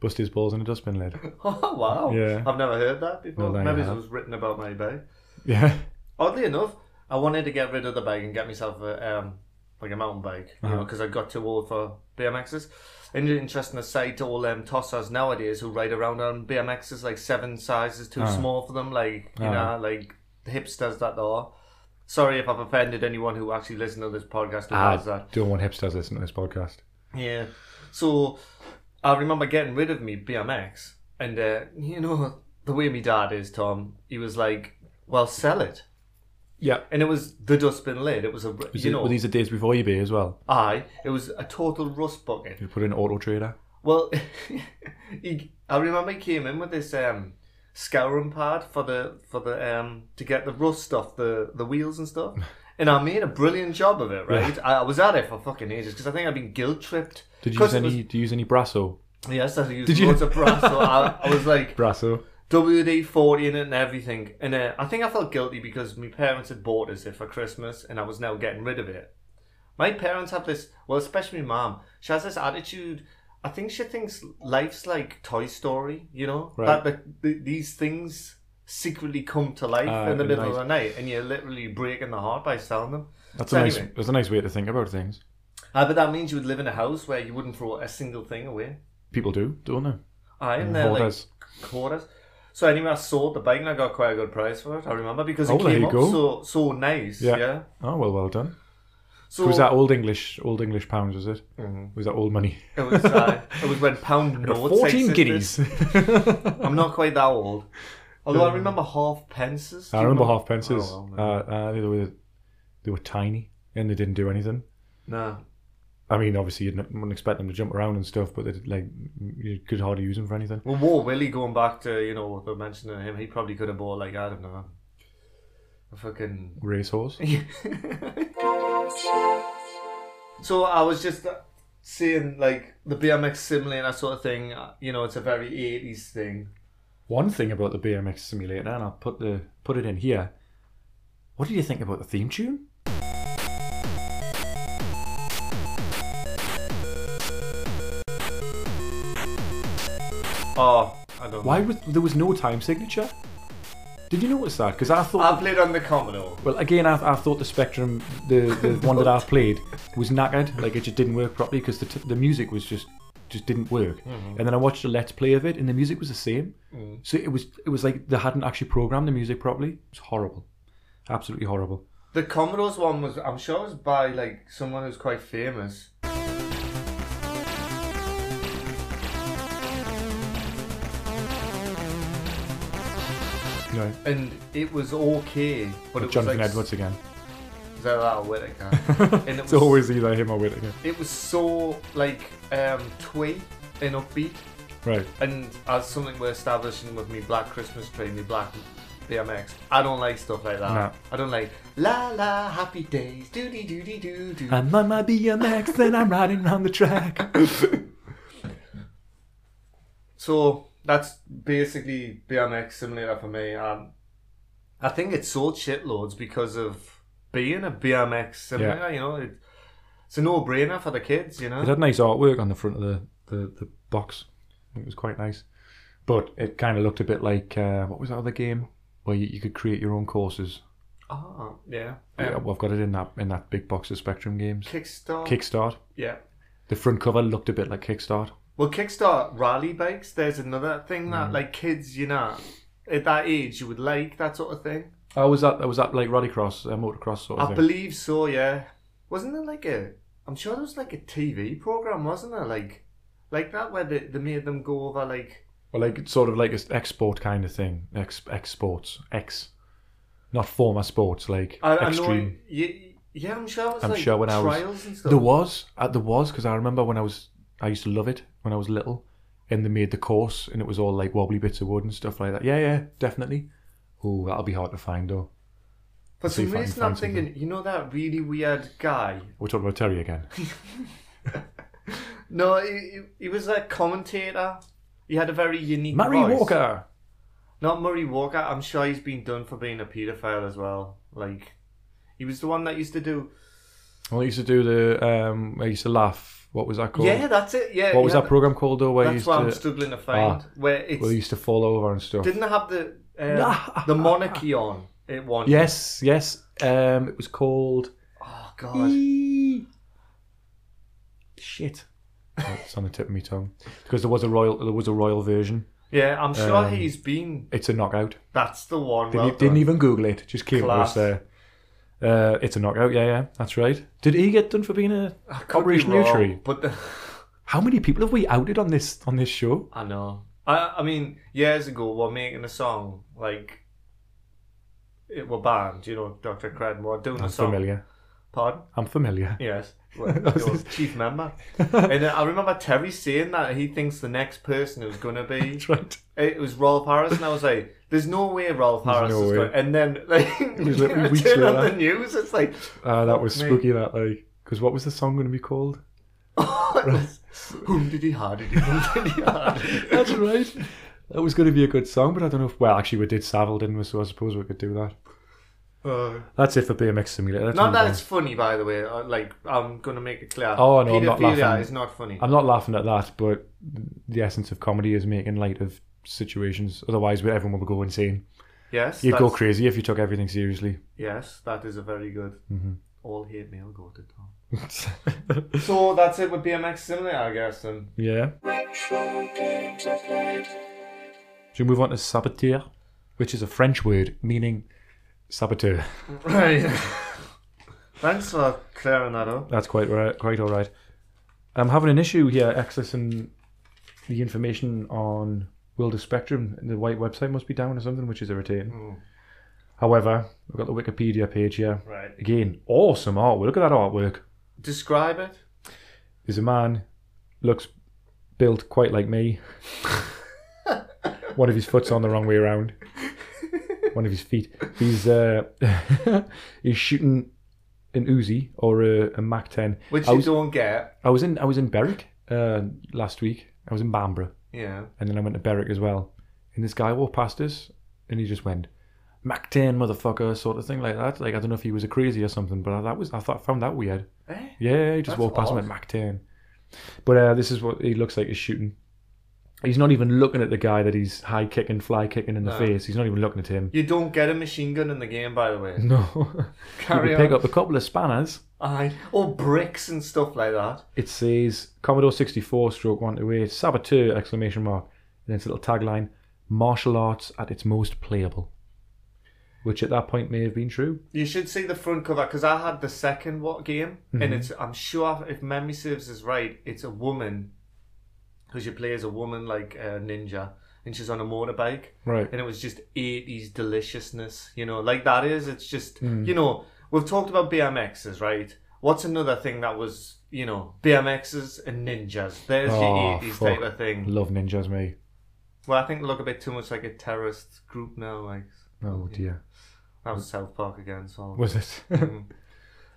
S1: busted his balls in a dustbin lid.
S3: Oh wow!
S1: Yeah.
S3: I've never heard that before.
S1: No, there you
S3: Maybe it
S1: have.
S3: was written about my bike.
S1: Yeah,
S3: Oddly enough, I wanted to get rid of the bike and get myself a um, like a mountain bike, you know, because I got too old for BMXs. And an interesting aside to all them tossers nowadays who ride around on BMXs like seven sizes too small for them, like you know, like hipsters that they are. Sorry if I've offended anyone who actually listened to this podcast who
S1: I
S3: has Ah, that.
S1: don't want hipsters listening to this podcast.
S3: Yeah. So I remember getting rid of me BMX, and uh, you know the way my dad is, Tom. He was like, "Well, sell it,"
S1: Yeah,
S3: and it was the dustbin lid. It was a you know,
S1: well, these are days before eBay as well.
S3: aye, it was a total rust bucket.
S1: You put in Auto Trader.
S3: Well, he, I remember he came in with this um, scouring pad for the for the um, to get the rust off the, the wheels and stuff. And I made a brilliant job of it, right? I, I was at it for fucking ages because I think I'd been guilt tripped.
S1: Did you
S3: 'Cause
S1: use
S3: it was-
S1: any? Do you use any Brasso?
S3: Yes, I used
S1: Did you-
S3: loads of brass. So I, I was like
S1: Brasso.
S3: WD forty in it and everything. And uh, I think I felt guilty because my parents had bought us it for Christmas, and I was now getting rid of it. My parents have this. Well, especially my mom. She has this attitude. I think she thinks life's like Toy Story. You know
S1: Right.
S3: that the, the, these things secretly come to life
S1: Ah,
S3: in the
S1: the
S3: middle of
S1: nice-
S3: the night, and you're literally breaking the heart by selling them.
S1: That's
S3: So
S1: a nice.
S3: anyway.
S1: That's a nice way to think about things.
S3: Uh, but that means you would live in a house where you wouldn't throw a single thing away.
S1: People do, don't they?
S3: I and they're like
S1: Hoarders.
S3: quarters. So anyway, I sold the bike and I got quite a good price for it. I remember because it
S1: Oh, there
S3: came
S1: you
S3: up
S1: go.
S3: so so nice. Yeah.
S1: Oh well, well done.
S3: So Mm-hmm.
S1: was that old English? Old English pounds was it? Was that old money?
S3: It was, uh, it was when pound notes
S1: Fourteen
S3: existed.
S1: guineas.
S3: I'm not quite that old. Although I remember half pences. Do
S1: I
S3: you
S1: remember half pences.
S3: Oh, well,
S1: uh, uh, they were they were tiny and they didn't do anything.
S3: no.
S1: I mean, obviously you wouldn't expect them to jump around and stuff, but they did, like you could hardly use them for anything.
S3: Well, War Willie, going back to, you know, the mention of him, he probably could have bought, like, I don't know, a fucking
S1: Racehorse.
S3: So I was just uh, seeing like the BMX simile and that sort of thing. uh, You know, it's a very 80s thing.
S1: One thing about the BMX simulator, and I'll put the put it in here. What did you think about the theme tune?
S3: Oh, I don't know.
S1: Why was there was no time signature? Did you notice that? Because I thought
S3: I played on the Commodore.
S1: Well, again, I, I thought the Spectrum, the, the one that I played, was knackered. Like it just didn't work properly because the, t- the music was just just didn't work.
S3: Mm-hmm.
S1: And then I watched a Let's Play of it, and the music was the same.
S3: Mm.
S1: So it was it was like they hadn't actually programmed the music properly. It's horrible, absolutely horrible.
S3: The Commodore's one was, I'm sure it was by like someone who's quite famous.
S1: Right,
S3: And it was okay, but it was
S1: Jonathan
S3: like,
S1: Edwards again.
S3: Is that that Whittaker? and it
S1: It's
S3: was,
S1: always either him or Whittaker.
S3: it was so like um, twee and upbeat.
S1: Right,
S3: and as something we're establishing with me black Christmas tree, me black BMX, I don't like stuff like that.
S1: No.
S3: I don't like la la happy days, doody doody doo doo.
S1: I'm on my BMX and I'm riding on the track.
S3: So that's basically BMX simulator for me. Um, I think it sold shitloads because of being a BMX simulator. You know, it, it's a no-brainer for the kids. You know,
S1: It had nice artwork on the front of the, the, the box. It was quite nice. But it kind of looked a bit like, uh, what was that other game? Where you, you could create your own courses.
S3: ah, yeah.
S1: Yeah, well, I've got it in that in that big box of Spectrum games.
S3: Kickstart,
S1: Kickstart.
S3: yeah.
S1: The front cover looked a bit like Kickstart.
S3: Well, Kickstart rally bikes. There's another thing that like kids, you know, at that age, you would like that sort of thing.
S1: Oh, was that was that like Rallycross, uh, motocross sort of
S3: I
S1: thing?
S3: believe so. Yeah, wasn't there like a? I'm sure there was like a TV program, wasn't there? Like, like that where they, they made them go over like
S1: well, like it's sort of like an export kind of thing. Ex exports, X, not former sports like
S3: I, I know.
S1: extreme.
S3: Yeah, yeah, I'm sure. It was
S1: I'm
S3: like
S1: sure when I was-
S3: trials and stuff.
S1: There was, uh, there was, because I remember when I was, I used to love it when I was little, and they made the course, and it was all like wobbly bits of wood and stuff like that. Yeah, yeah, definitely. Oh, that'll be hard to find though.
S3: For
S1: see
S3: some
S1: if I can
S3: reason,
S1: find
S3: I'm thinking, you know, that really weird guy.
S1: We're talking about Terry again.
S3: No, he, he- he was a commentator. He had a very unique.
S1: Murray
S3: voice.
S1: Walker.
S3: Not Murray Walker. I'm sure he's been done for being a paedophile as well. Like, he was the one that used to do.
S1: Well, I used to do the. Um, I used to laugh. What was that called?
S3: Yeah, that's it. Yeah.
S1: What was
S3: yeah,
S1: that program called though? Where you used
S3: That's what
S1: to
S3: I'm struggling to find.
S1: Ah.
S3: where it's
S1: where you used to fall over and stuff.
S3: didn't it have the uh, the monarchy on it one.
S1: Yes, yes. Um, it was called.
S3: Oh God.
S1: Shit. Oh, it's on the tip of my tongue because there was a royal. There was a royal version.
S3: Yeah, I'm sure
S1: Um,
S3: he's been.
S1: It's a knockout.
S3: That's the one.
S1: Didn't,
S3: well
S1: e- didn't
S3: done.
S1: even Google it. Just came across
S3: Class.
S1: there. Uh, it's a knockout. Yeah, yeah. That's right. Did he get done for being a
S3: I could be
S1: Operation
S3: wrong,
S1: Nutri?
S3: But the,
S1: How many people have we outed on this on this show?
S3: I know. I I mean, years ago, while making a song like. It were banned, you know, Dr. Cranmore doing a
S1: I'm
S3: song.
S1: familiar.
S3: Pardon?
S1: I'm familiar.
S3: Yes. Well, you know, chief member. and uh, I remember Terry saying that he thinks the next person who's going to be
S1: That's right.
S3: it was Rolf Harris, and I was like, "There's no way Rolf Harris
S1: no
S3: is
S1: way.
S3: going." And then like,
S1: was literally
S3: I
S1: weeks
S3: turn on
S1: later.
S3: the news, it's like,
S1: Uh, that was
S3: Fuck me.
S1: spooky. That like because what was the song going to be called?
S3: "Oh, it was, "Whom did he hard? Did he? Whom did he hard?"
S1: That's right. That was going to be a good song, but I don't know if. Well, actually, we did Savile, didn't we? So I suppose we could do that.
S3: Uh,
S1: That's it for BMX Simulator. Let's
S3: not
S1: move
S3: that
S1: on.
S3: it's funny, by the way. uh, Like, I'm gonna make it clear.
S1: Oh, no, I'm not
S3: Paedophilia
S1: laughing.
S3: is not funny.
S1: I'm not laughing at that, but the essence of comedy is making light of situations. Otherwise, everyone would go insane.
S3: yes,
S1: You'd go
S3: that's-
S1: crazy if you took everything seriously.
S3: Yes, that is a very good.
S1: Mm-hmm.
S3: All hate mail go to Tom. So that's it with BMX Simulator, I guess. And
S1: yeah. Should we move on to saboteur, which is a French word meaning saboteur?
S3: right. Thanks for clearing that up.
S1: That's quite right, quite all right. I'm having an issue here accessing the information on World of Spectrum. The white website must be down or something, which is irritating. However, we've got the Wikipedia page here.
S3: Hmm. Right.
S1: Again, awesome artwork. Look at that artwork.
S3: Describe it.
S1: There's a man, looks built quite like me. One of his foot's on the wrong way around. One of his feet. He's uh, he's shooting an Uzi or a, a Mac 10.
S3: Which
S1: I
S3: you
S1: was-
S3: don't get.
S1: I was in I was in Berwick uh, last week. I was in Bamborough,
S3: Yeah.
S1: and then I went to Berwick as well. And this guy walked past us, and he just went Mac ten motherfucker sort of thing like that. Like I don't know if he was a crazy or something, but that was I thought found that weird.
S3: Eh?
S1: Yeah, he just
S3: That's
S1: walked past him
S3: odd.
S1: at Mac ten. But uh, this is what he looks like. He's shooting. He's not even looking at the guy that he's high kicking, fly kicking in the
S3: No.
S1: face. He's not even looking at him.
S3: You don't get a machine gun in the game, by the way.
S1: No,
S3: Carry
S1: you can pick
S3: on.
S1: up a couple of spanners.
S3: Aye. Or bricks and stuff like that.
S1: it says Commodore 64 stroke 128 saboteur exclamation mark and then its a little tagline martial arts at its most playable which at that point may have been true
S3: You should see the front cover because I had the second what game,
S1: Mm-hmm.
S3: and it's I'm sure if memory serves us right, it's a woman because you play as a woman like a ninja, and she's on a motorbike,
S1: right
S3: and it was just 80s deliciousness, you know, like that is. It's just
S1: Mm.
S3: you know we've talked about BMXs, right? What's another thing that was you know BMXs and ninjas? There's
S1: Oh,
S3: your 80s
S1: fuck.
S3: type of thing.
S1: love ninjas me
S3: Well, I think they look a bit too much like a terrorist group now. Like
S1: oh dear
S3: that was South Park again, so
S1: was it
S3: Mm.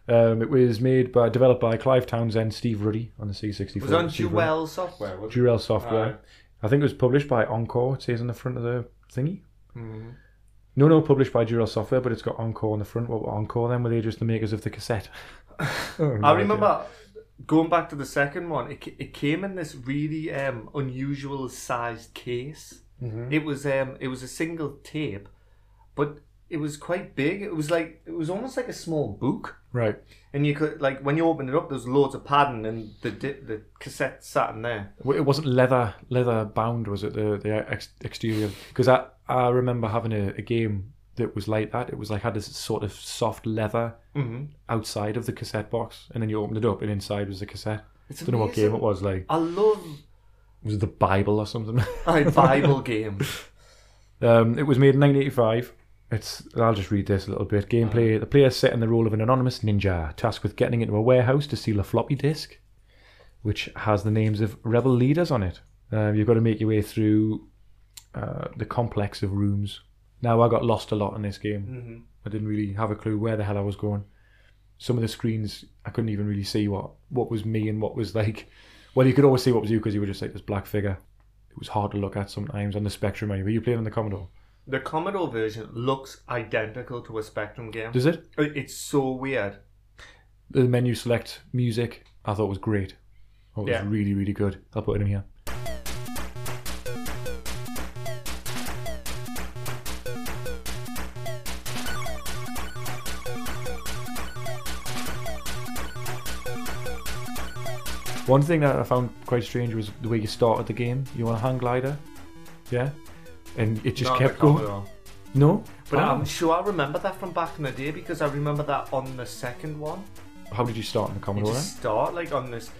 S1: um, it was made by developed by Clive Townsend Steve Ruddy on the C64
S3: it was on
S1: Steve
S3: Jewel Software.
S1: Ruddy.
S3: Wasn't it?
S1: Jurel software
S3: Aye.
S1: I think it was published by Encore it says on the front of the thingy
S3: Mm-hmm.
S1: no, no, published by Jurel Software, but it's got Encore on the front. What were Encore then? Were they just the makers of the cassette? Oh, no
S3: I
S1: idea.
S3: remember going back to the second one. It, ca- it came in this really um, unusual sized case.
S1: Mm-hmm.
S3: It was um, it was a single tape, but it was quite big. It was like it was almost like a small book,
S1: Right.
S3: and you could like when you opened it up, there was loads of padding, and the di- the cassette sat in there.
S1: Well, It wasn't leather leather bound, was it? The the ex- exterior because I I remember having a, a game that was like that. It was like had this sort of soft leather
S3: Mm-hmm.
S1: outside of the cassette box, and then you opened it up, and inside was the cassette.
S3: It's
S1: don't know what game
S3: amazing.
S1: it was. Like
S3: I love
S1: was it the Bible or something?
S3: I Bible games.
S1: Um, it was made in 1985. It's. I'll just read this a little bit. Gameplay: The player is set in the role of an anonymous ninja, tasked with getting into a warehouse to steal a floppy disk, which has the names of rebel leaders on it. Um, you've got to make your way through uh, the complex of rooms. Now, I got lost a lot in this game. I didn't really have a clue where the hell I was going. Some of the screens, I couldn't even really see what what was me and what was like. Well, you could always see what was you because you were just like this black figure. It was hard to look at sometimes on the Spectrum. Anyway, you played on the Commodore.
S3: The Commodore version looks identical to a Spectrum game.
S1: Does it?
S3: It- It's so weird.
S1: The menu select music I thought was great. Oh, it
S3: Yeah.
S1: was really, really good. I'll put it in here. One thing that I found quite strange was the way you started the game. You on a hang glider, yeah, and it just
S3: Not the
S1: kept going.
S3: Commodore.
S1: No,
S3: But um,
S1: Ah.
S3: I'm sure I remember that from back in the day because I remember that on the second one.
S1: how did you start in the
S3: You
S1: Commodore?
S3: just start like on this,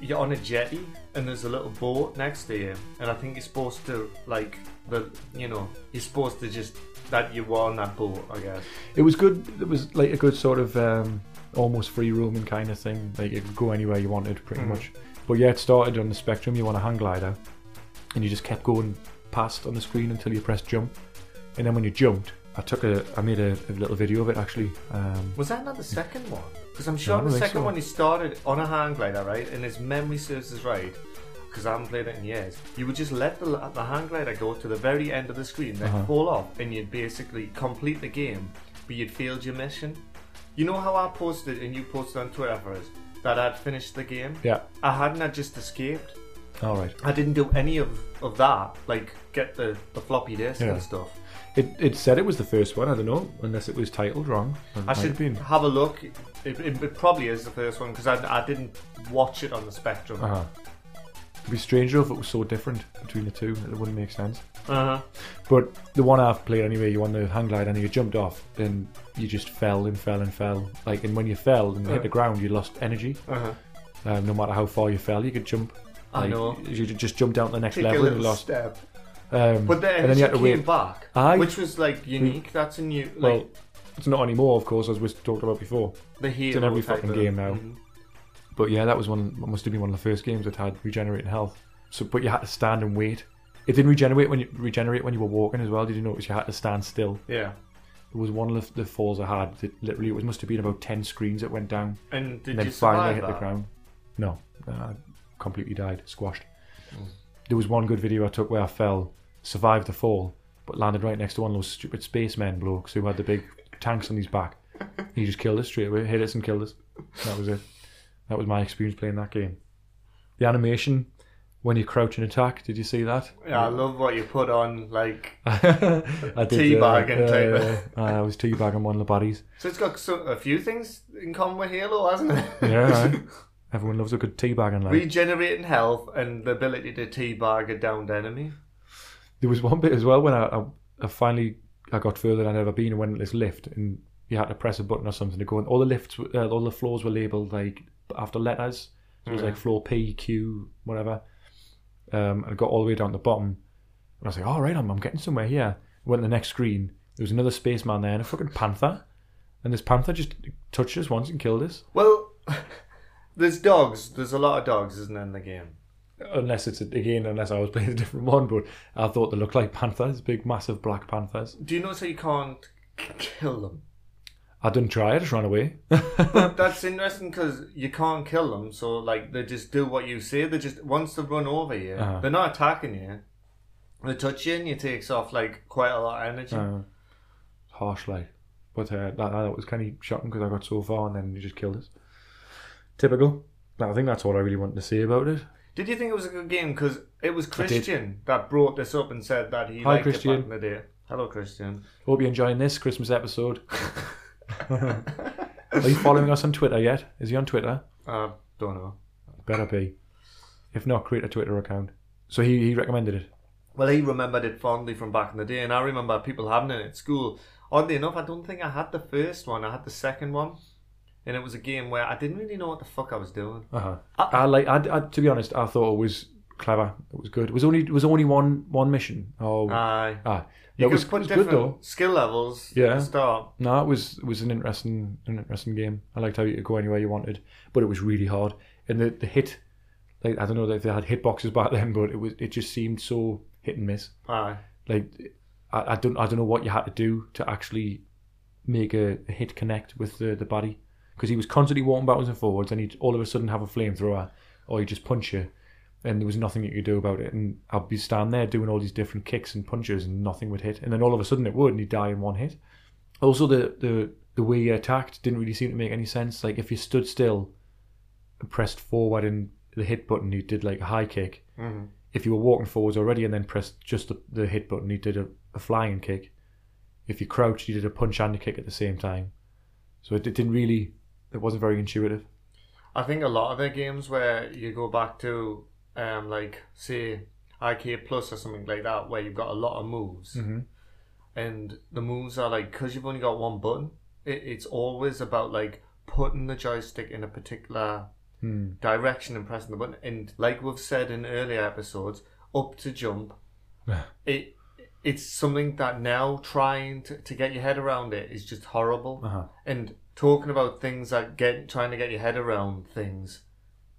S3: you're on a jetty and there's a little boat next to you, and I think you're supposed to like the you know you're supposed to just that you were on that boat, I guess.
S1: It was good. It was like a good sort of um, almost free roaming kind of thing. Like you could go anywhere you wanted, pretty much. But yeah, it started on the Spectrum. You want a hang glider, and you just kept going past on the screen until you pressed jump. And then when you jumped, I took a, I made a, a little video of it actually. Um,
S3: Was that not the second one? Because I'm sure
S1: No, I
S3: the
S1: don't think
S3: second
S1: so.
S3: one you started on a hang glider, right? And his memory serves us right. Because I haven't played it in years. You would just let the, the hang glider go to the very end of the screen, then
S1: Uh-huh.
S3: pull off, and you'd basically complete the game, but you'd failed your mission. You know how I posted, and you posted on Twitter for us, that I'd finished the game?
S1: yeah.
S3: I hadn't, I just escaped.
S1: All right.
S3: I didn't do any of, of that, like get the, the floppy disk
S1: Yeah.
S3: and stuff.
S1: It, it said it was the first one. I don't know unless it was titled wrong. It
S3: I
S1: might
S3: should
S1: have been.
S3: have a look. It, it, it probably is the first one because I, I didn't watch it on the Spectrum.
S1: Uh-huh. It'd be stranger if it was so different between the two that it wouldn't make sense.
S3: Uh huh.
S1: But the one half played anyway, you won the hang glide and you jumped off, then you just fell and fell and fell. Like, and when you fell and hit the ground, you lost energy.
S3: Uh huh.
S1: Um, no matter how far you fell, you could jump.
S3: I
S1: Like,
S3: know.
S1: You could just jump down to the next
S3: Take a
S1: level and
S3: little
S1: you lost.
S3: step.
S1: Um,
S3: But then,
S1: and then you had to
S3: came
S1: wait.
S3: back,
S1: Aye.
S3: which was like unique. That's a new like
S1: Well, it's not anymore, of course, as we talked about before.
S3: the hero
S1: It's in every
S3: type
S1: fucking
S3: of-
S1: game now.
S3: Mhm.
S1: But yeah, that was one. Must have been one of the first games that had regenerating health. So, but you had to stand and wait. It didn't regenerate when you regenerate when you were walking as well. Did you notice you had to stand still?
S3: Yeah.
S1: There was one of the falls I had that literally it was must have been about ten screens that went down
S3: And did
S1: and then
S3: you
S1: finally
S3: survive
S1: hit
S3: that?
S1: the ground. No, no, I completely died, squashed.
S3: Mm.
S1: There was one good video I took where I fell, survived the fall, but landed right next to one of those stupid spacemen blokes who had the big tanks on his back. He just killed us straight away, hit us and killed us. That was it. That was my experience playing that game. The animation when you crouch and attack, did you see that?
S3: Yeah, I love what you put on. Like,
S1: I did.
S3: Teabag and
S1: yeah,
S3: take
S1: yeah, yeah. I was teabagging one of the buddies.
S3: so it's got so, a few things in common with Halo, hasn't it?
S1: Yeah, aye. everyone loves a good teabagging. Like.
S3: Regenerating health and the ability to teabag a downed enemy.
S1: There was one bit as well when I, I, I finally I got further than I'd ever been and went on this lift and you had to press a button or something to go in. All the lifts, were- uh, all the floors were labelled like after letters. So it was like floor P, Q, whatever. Um, and I got all the way down to the bottom and I was like, all right, I'm, I'm getting somewhere here. Went to the next screen. There was another spaceman there and a fucking panther. And this panther just touched us once and killed us.
S3: Well, there's dogs. There's a lot of dogs, isn't there, in the game?
S1: Unless it's, a, again, unless I was playing a different one, but I thought they looked like panthers, big, massive black panthers.
S3: Do you notice how you can't k- kill them?
S1: I didn't try. I just ran away.
S3: That's interesting because you can't kill them, so like they just do what you say. They just once they run over you,
S1: Uh-huh.
S3: they're not attacking you. They touch you and you takes off like quite a lot of energy.
S1: Uh, harsh, like, but uh, that, that was kind of shocking because I got so far and then you just killed us. Typical. But I think that's all I really wanted to say about it.
S3: Did you think it was a good game? Because it was Christian that brought this up and said that he
S1: Hi,
S3: liked
S1: Christian.
S3: it back in the day. Hello, Christian.
S1: Hope you're enjoying this Christmas episode. Are you following us on Twitter yet? Is he on Twitter?
S3: I Uh, don't know.
S1: Better be. If not, create a Twitter account. So he, he recommended it.
S3: Well, he remembered it fondly from back in the day, and I remember people having it at school. Oddly enough, I don't think I had the first one. I had the second one, and it was a game where I didn't really know what the fuck I was doing.
S1: Uh-huh. I, I like. I, I, to be honest, I thought it was clever. It was good. It was only it was only one one mission. Oh,
S3: Aye.
S1: ah,
S3: You
S1: it was,
S3: could put
S1: it was
S3: different
S1: good though.
S3: skill levels
S1: Yeah.
S3: at the start.
S1: No, it was it was an interesting an interesting game. I liked how you could go anywhere you wanted, but it was really hard. And the, the hit, like I don't know if they had hitboxes back then, but it was it just seemed so hit and miss.
S3: Aye.
S1: Like I, I don't I don't know what you had to do to actually make a, a hit connect with the the body because he was constantly walking backwards and forwards, and he'd all of a sudden have a flamethrower, or he'd just punch you, and there was nothing you could do about it. And I'd be standing there doing all these different kicks and punches, and nothing would hit. And then all of a sudden it would, and he'd die in one hit. Also, the the the way you attacked didn't really seem to make any sense. Like if you stood still, and pressed forward and the hit button, you did like a high kick. If you were walking forwards already and then pressed just the, the hit button, you did a, a flying kick. If you crouched, you did a punch and a kick at the same time. So it, it didn't really. It wasn't very intuitive.
S3: I think a lot of the games where you go back to, um, like say IK Plus or something like that, where you've got a lot of moves,
S1: Mm-hmm.
S3: and the moves are like because you've only got one button, it, it's always about like putting the joystick in a particular Hmm. direction and pressing the button. And like we've said in earlier episodes, up to jump, it it's something that now trying to, to get your head around it is just horrible.
S1: Uh-huh.
S3: And talking about things that get trying to get your head around things,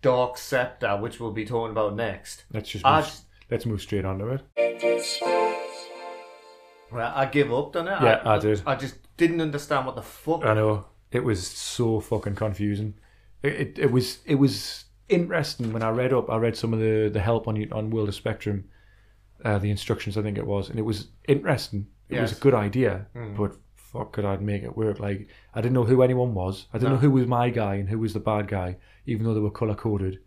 S3: Dark Scepter, which we'll be talking about next.
S1: Let's just
S3: I
S1: move,
S3: just-
S1: let's move straight onto it.
S3: Right, I give up on it.
S1: Yeah, I did. Uh,
S3: I just didn't understand what the fuck.
S1: I know it was so fucking confusing. It, it, it was it was interesting when I read up. I read some of the, the help on on World of Spectrum, uh, the instructions I think it was, and it was interesting. It was
S3: Yes.
S1: a good idea, but fuck, could I make it work? Like I didn't know who anyone was. I didn't know who was my guy and who was the bad guy, even though they were color coded.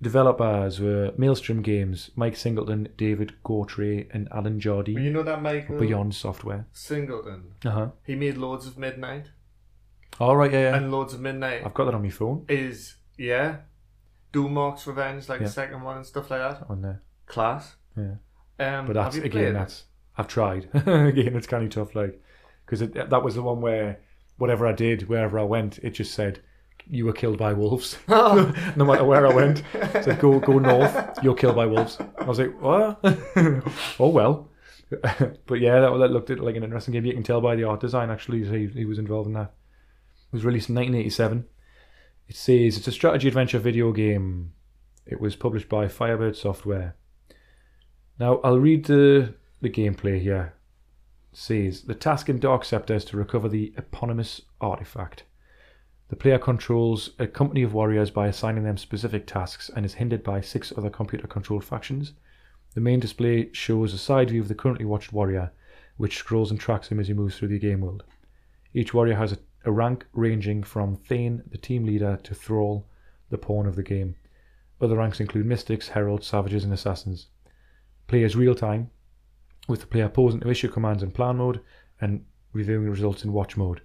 S1: Developers were Maelstrom Games, Mike Singleton, David Gautray, and Alan Jardy.
S3: You know that Michael
S1: Beyond Software.
S3: Singleton.
S1: Uh huh.
S3: He made loads of Midnight,
S1: All right, yeah, yeah.
S3: and loads of Midnight
S1: I've got that on my phone.
S3: is yeah. Doommark's Revenge, like
S1: Yeah.
S3: the second one and stuff like that.
S1: on there.
S3: Class.
S1: Yeah.
S3: Um,
S1: But that's
S3: have you
S1: again,
S3: played it?
S1: that's I've tried. again, it's kind of tough, like because that was the one where whatever I did, wherever I went, it just said you were killed by wolves.
S3: Oh.
S1: no matter where I went, it said go go north, you're killed by wolves. I was like, what? oh well. but yeah, that, that looked at like an interesting game. You can tell by the art design actually he, he was involved in that. It was released in 1987. It says it's a strategy adventure video game. It was published by Firebird Software. Now I'll read the the gameplay here. It says the task in Dark Scepter is to recover the eponymous artifact. The player controls a company of warriors by assigning them specific tasks and is hindered by six other computer controlled factions. The main display shows a side view of the currently watched warrior, which scrolls and tracks him as he moves through the game world. Each warrior has a, a rank ranging from Thane, the team leader, to Thrall, the pawn of the game. Other ranks include mystics, heralds, savages, and assassins. Play is real time, with the player pausing to issue commands in plan mode and reviewing results in watch mode.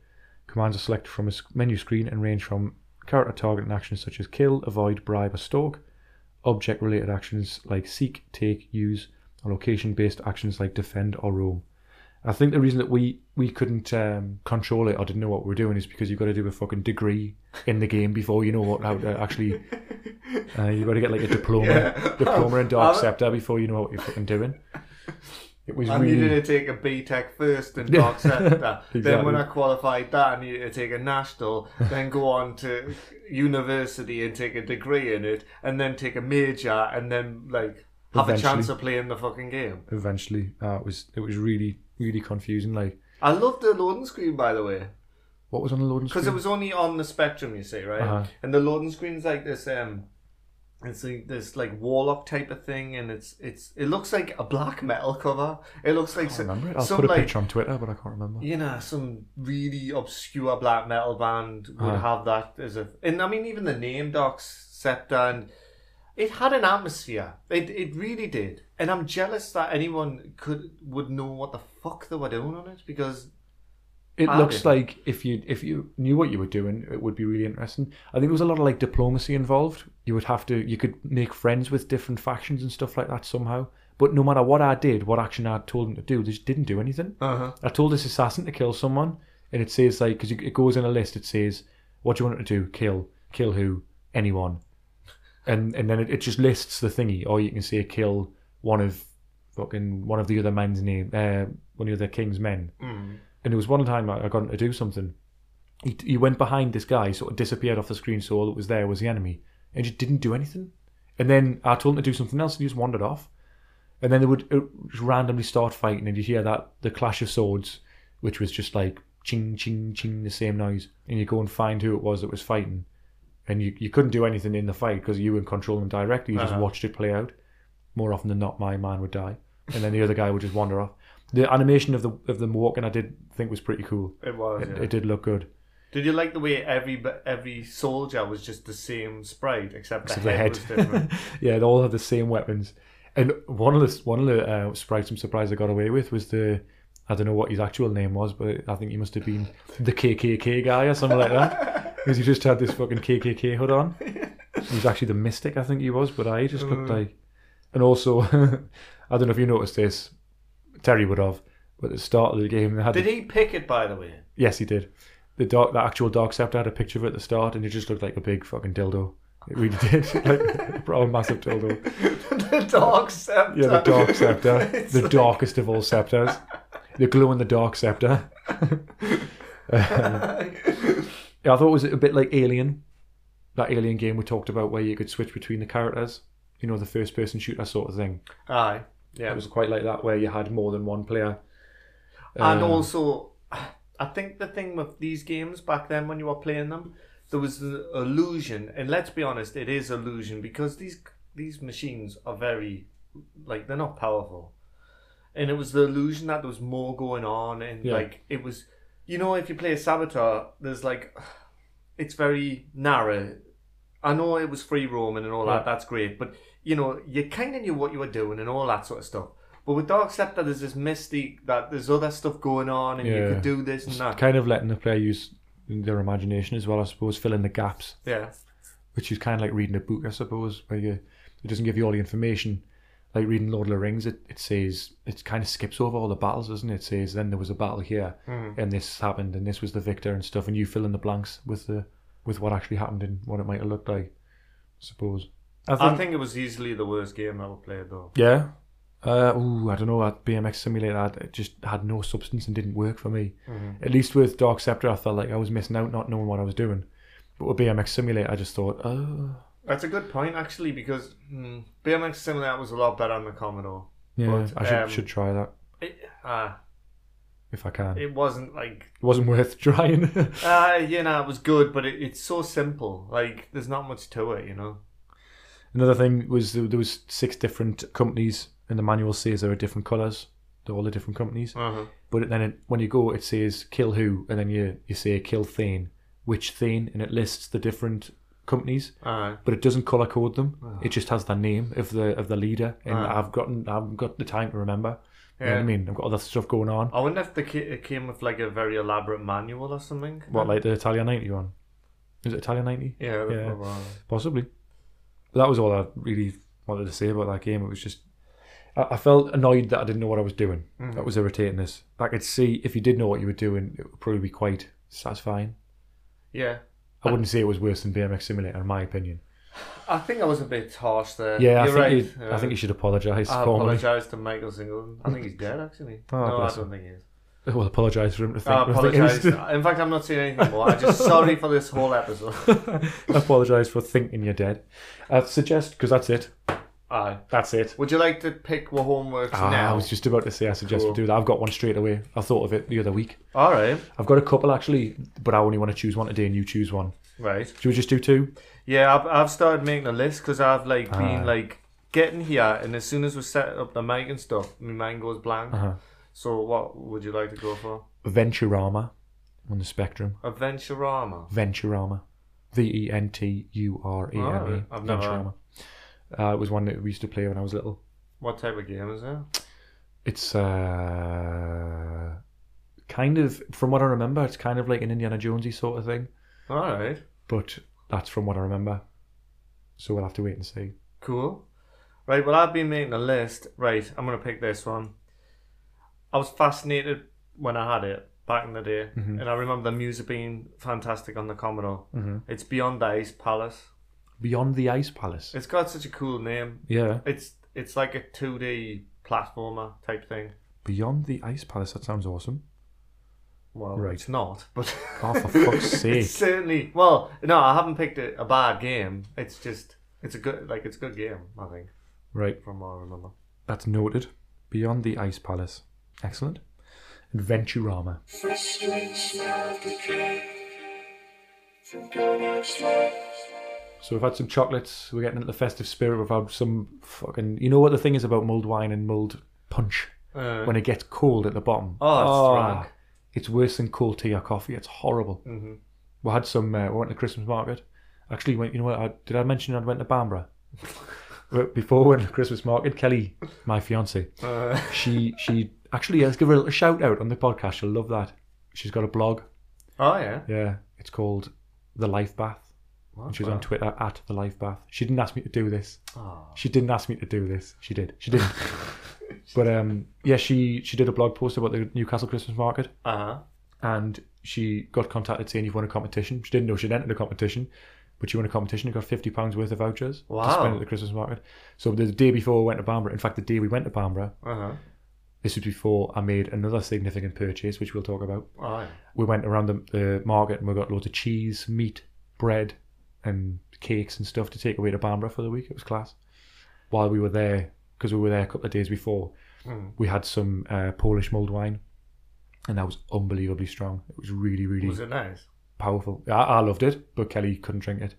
S1: Commands are selected from a sc- menu screen and range from character target and actions such as kill, avoid, bribe, or stalk, object related actions like seek, take, use, and location based actions like defend or roam. I think the reason that we, we couldn't um, control it or didn't know what we were doing is because you've got to do a fucking degree in the game before you know what how to actually. Uh, you've got to get like a diploma, diploma in Dark Scepter before you know what you're fucking doing. It was
S3: I
S1: really
S3: needed to take a B Tech first in Dark Sector. Then
S1: Exactly.
S3: when I qualified that, I needed to take a national, then go on to university and take a degree in it, and then take a major, and then like have a
S1: Eventually.
S3: chance of playing the fucking game.
S1: eventually. Uh, it was it was really really confusing. Like
S3: I loved the loading screen, by the way,
S1: what was on the loading screen?
S3: because it was only on the Spectrum, you see, right?
S1: Uh-huh.
S3: And the loading screen's like this. um it's like this like warlock type of thing, and it's it's it looks like a black metal cover. It looks like
S1: I
S3: so-
S1: can't remember it. I'll
S3: some
S1: put a
S3: like
S1: picture on Twitter, but I can't remember.
S3: you know, some really obscure black metal band would
S1: Aye.
S3: have that as a, and I mean, even the name Dark Scepter, and it had an atmosphere. It it really did, and I'm jealous that anyone could would know what the fuck they were doing on it because
S1: It
S3: I
S1: looks
S3: didn't.
S1: like if you if you knew what you were doing, it would be really interesting. I think there was a lot of like diplomacy involved. You would have to you could make friends with different factions and stuff like that somehow. But no matter what I did, what action I told them to do, they just didn't do anything.
S3: uh
S1: I told this assassin to kill someone, and it says like because it goes in a list. It says what do you want it to do? Kill, kill who? Anyone, and and then it, it just lists the thingy. Or you can say kill one of fucking one of the other men's name, uh, one of the other king's men. And there was one time I, I got him to do something. He, he went behind this guy, sort of disappeared off the screen, so all that was there was the enemy, and just didn't do anything. And then I told him to do something else, and he just wandered off. And then they would uh, just randomly start fighting, and you'd hear that the clash of swords, which was just like ching, ching, ching, the same noise. And you go and find who it was that was fighting, and you, you couldn't do anything in the fight because you were in control them directly. You just watched it play out. More often than not, my man would die, and then the other guy would just wander off. The animation of the of them walking, I did think was pretty cool.
S3: it was.
S1: It,
S3: yeah.
S1: it did look good.
S3: Did you like the way every every soldier was just the same sprite except,
S1: Except
S3: the,
S1: the
S3: head, was different?
S1: yeah, they all have the same weapons. And one of the one of the uh, sprites I'm surprised I got away with was the I don't know what his actual name was, but I think he must have been the KKK guy or something like that, because he just had this fucking KKK hood on. He was actually the mystic, I think he was, but I just looked like. And also, I don't know if you noticed this, Terry would have, but at the start of the game they had the
S3: Did he pick it? By the way,
S1: Yes, he did. The dark, that actual dark scepter had a picture of it at the start, and it just looked like a big fucking dildo. It really did, like probably a massive dildo.
S3: the dark scepter.
S1: Yeah, the dark scepter,
S3: It's
S1: the
S3: like-
S1: darkest of all scepters, the glow in the dark scepter. Yeah, I thought it was a bit like Alien, that Alien game we talked about, where you could switch between the characters. You know, the first-person shooter sort of thing.
S3: Aye,
S1: It
S3: yeah.
S1: was quite like that, where you had more than one player.
S3: And
S1: Um,
S3: also, I think the thing with these games back then when you were playing them, there was an illusion, and let's be honest, it is illusion because these these machines are very like they're not powerful, and it was the illusion that there was more going on, and
S1: Yeah.
S3: like it was, you know, if you play Saboteur, there's like, it's very narrow. I know it was free roaming and all
S1: Yeah.
S3: that. That's great, but you know, you kind of knew what you were doing and all that sort of stuff. But with Dark Scepter, there's this mystique that there's other stuff going on, and
S1: Yeah.
S3: you could do this and that.
S1: Kind of letting the player use their imagination as well, I suppose, fill in the gaps.
S3: Yeah.
S1: which is kind of like reading a book, I suppose, where you, it doesn't give you all the information. Like reading Lord of the Rings, it, it says, it kind of skips over all the battles, doesn't it? It says, then there was a battle here,
S3: Hmm.
S1: and this happened, and this was the victor and stuff, and you fill in the blanks with the with what actually happened and what it might have looked like, I suppose. Um,
S3: I think it was easily the worst game ever played, though.
S1: Yeah. Uh, ooh, I don't know. That BMX simulator I- it just had no substance and didn't work for me.
S3: Hmm.
S1: At least with Dark Scepter, I felt like I was missing out, not knowing what I was doing. But with BMX simulator, I just thought, oh,
S3: That's a good point, actually, because mm, BMX Simulator was a lot better on the Commodore.
S1: yeah,
S3: But,
S1: I should
S3: um,
S1: should try that
S3: It, uh,
S1: if I can. It,
S3: it wasn't like
S1: wasn't worth trying.
S3: Uh, you know, it was good, but it, it's so simple. Like, there's not much to it, you know.
S1: Another thing was there, there was six different companies, and the manual says there are different colours. They're all the different companies.
S3: Uh-huh.
S1: But then it, when you go, it says kill who, and then you you say kill Thane, which Thane, and it lists the different companies.
S3: Alright.
S1: but it doesn't color code them.
S3: Uh-huh.
S1: It just has the name of the of the leader, and I've gotten I've got the time to remember. You know what I
S3: Yeah.
S1: mean? I've got other stuff going on.
S3: I wonder if the ki- it came with like a very elaborate manual or something.
S1: What like the Italian ninety one? Is it Italian ninety?
S3: Yeah.
S1: Yeah.
S3: well, well,
S1: Possibly. But that was all I really wanted to say about that game. It was just I, I felt annoyed that I didn't know what I was doing.
S3: Mm.
S1: That was irritating. This I could see if you did know what you were doing, it would probably be quite satisfying.
S3: Yeah.
S1: I wouldn't say it was worse than BMX Simulator, in my opinion.
S3: I think I was a bit harsh there.
S1: Yeah, I
S3: You're
S1: think
S3: right.
S1: you, I
S3: uh,
S1: think you should apologise.
S3: I
S1: formally.
S3: apologise to Michael Singleton. I think he's dead, actually.
S1: Oh,
S3: no, I
S1: bless
S3: don't think he is.
S1: Well, apologise for him to think.
S3: I
S1: I think it was-
S3: apologise. In fact, I'm not saying anything more. I'm just sorry for this whole episode.
S1: apologise for thinking you're dead. I suggest because that's it.
S3: Aye.
S1: That's it.
S3: Would you like to pick what homework's
S1: Ah, I
S3: now?
S1: was just about to say I suggest
S3: Cool.
S1: we do that. I've got one straight away. I thought of it the other week.
S3: All right.
S1: I've got a couple actually, but I only want to choose one today, and you choose one.
S3: Right.
S1: Should we just do two?
S3: Yeah, I've, I've started making a list because I've like
S1: Ah.
S3: been like getting here, and as soon as we set up the mic and stuff, my mind goes blank.
S1: Uh-huh.
S3: So, what would you like to go for?
S1: Venturama on the spectrum.
S3: Adventurama.
S1: Venturama, V E N T U R E
S3: Oh,
S1: M E.
S3: I've never-
S1: Venturama. Uh, it was one that we used to play when I was little.
S3: What type of game is it?
S1: It's uh, kind of, from what I remember, it's kind of like an Indiana Jonesy sort of thing.
S3: All right,
S1: but that's from what I remember. So we'll have to wait and see.
S3: cool. Right, well, I've been making a list. Right, I'm gonna pick this one. I was fascinated when I had it back in the day, and I remember the music being fantastic on the Commodore. It's Beyond the Ice Palace.
S1: Beyond the Ice Palace.
S3: It's got such a cool name.
S1: Yeah.
S3: It's it's like a 2D platformer type thing.
S1: Beyond the Ice Palace. That sounds awesome.
S3: Well,
S1: Right.
S3: it's not, but
S1: Oh, for fuck's
S3: it's
S1: sake.
S3: certainly. Well, no, I haven't picked a, a bad game. It's just it's a good like it's a good game. I think
S1: Right.
S3: from what I remember.
S1: That's noted. Beyond the Ice Palace. Excellent. Adventurama. So we've had some chocolates. We're getting into the festive spirit. We've had some fucking. You know what the thing is about mulled wine and mulled punch?
S3: Uh,
S1: when it gets cold at the bottom.
S3: Oh, it's drunk.
S1: It's worse than cold tea or coffee. It's horrible. Mm-hmm. We had some. Uh, we went to the Christmas market. Actually, went. You know what? I, did I mention I went to Bamborough? But Before we went to the Christmas market, Kelly, my fiance,
S3: Uh.
S1: she she actually let's give her a little shout out on the podcast. She'll love that. She's got a blog.
S3: oh yeah.
S1: Yeah, it's called The Life Bath. And she's on Twitter at The Life Bath. She didn't ask me to do this. She didn't ask me to do this. She did. She didn't. but um, yeah, she she did a blog post about the Newcastle Christmas market,
S3: Uh huh.
S1: and she got contacted saying you've won a competition. She didn't know she'd entered a competition, but she won a competition and got fifty pounds worth of vouchers to
S3: Wow.
S1: spend at the Christmas market. So the day before we went to Bamborough, in fact, the day we went to Bamborough,
S3: Uh huh.
S1: this was before I made another significant purchase, which we'll talk about
S3: Oh yeah.
S1: we went around the, the market and we got loads of cheese, meat, bread, and cakes and stuff to take away to Bamborough for the week. It was class. While we were there, because we were there a couple of days before,
S3: Mm.
S1: we had some uh, Polish mulled wine, and that was unbelievably strong. It was really, really
S3: Was it nice?
S1: powerful. I, I loved it, but Kelly couldn't drink it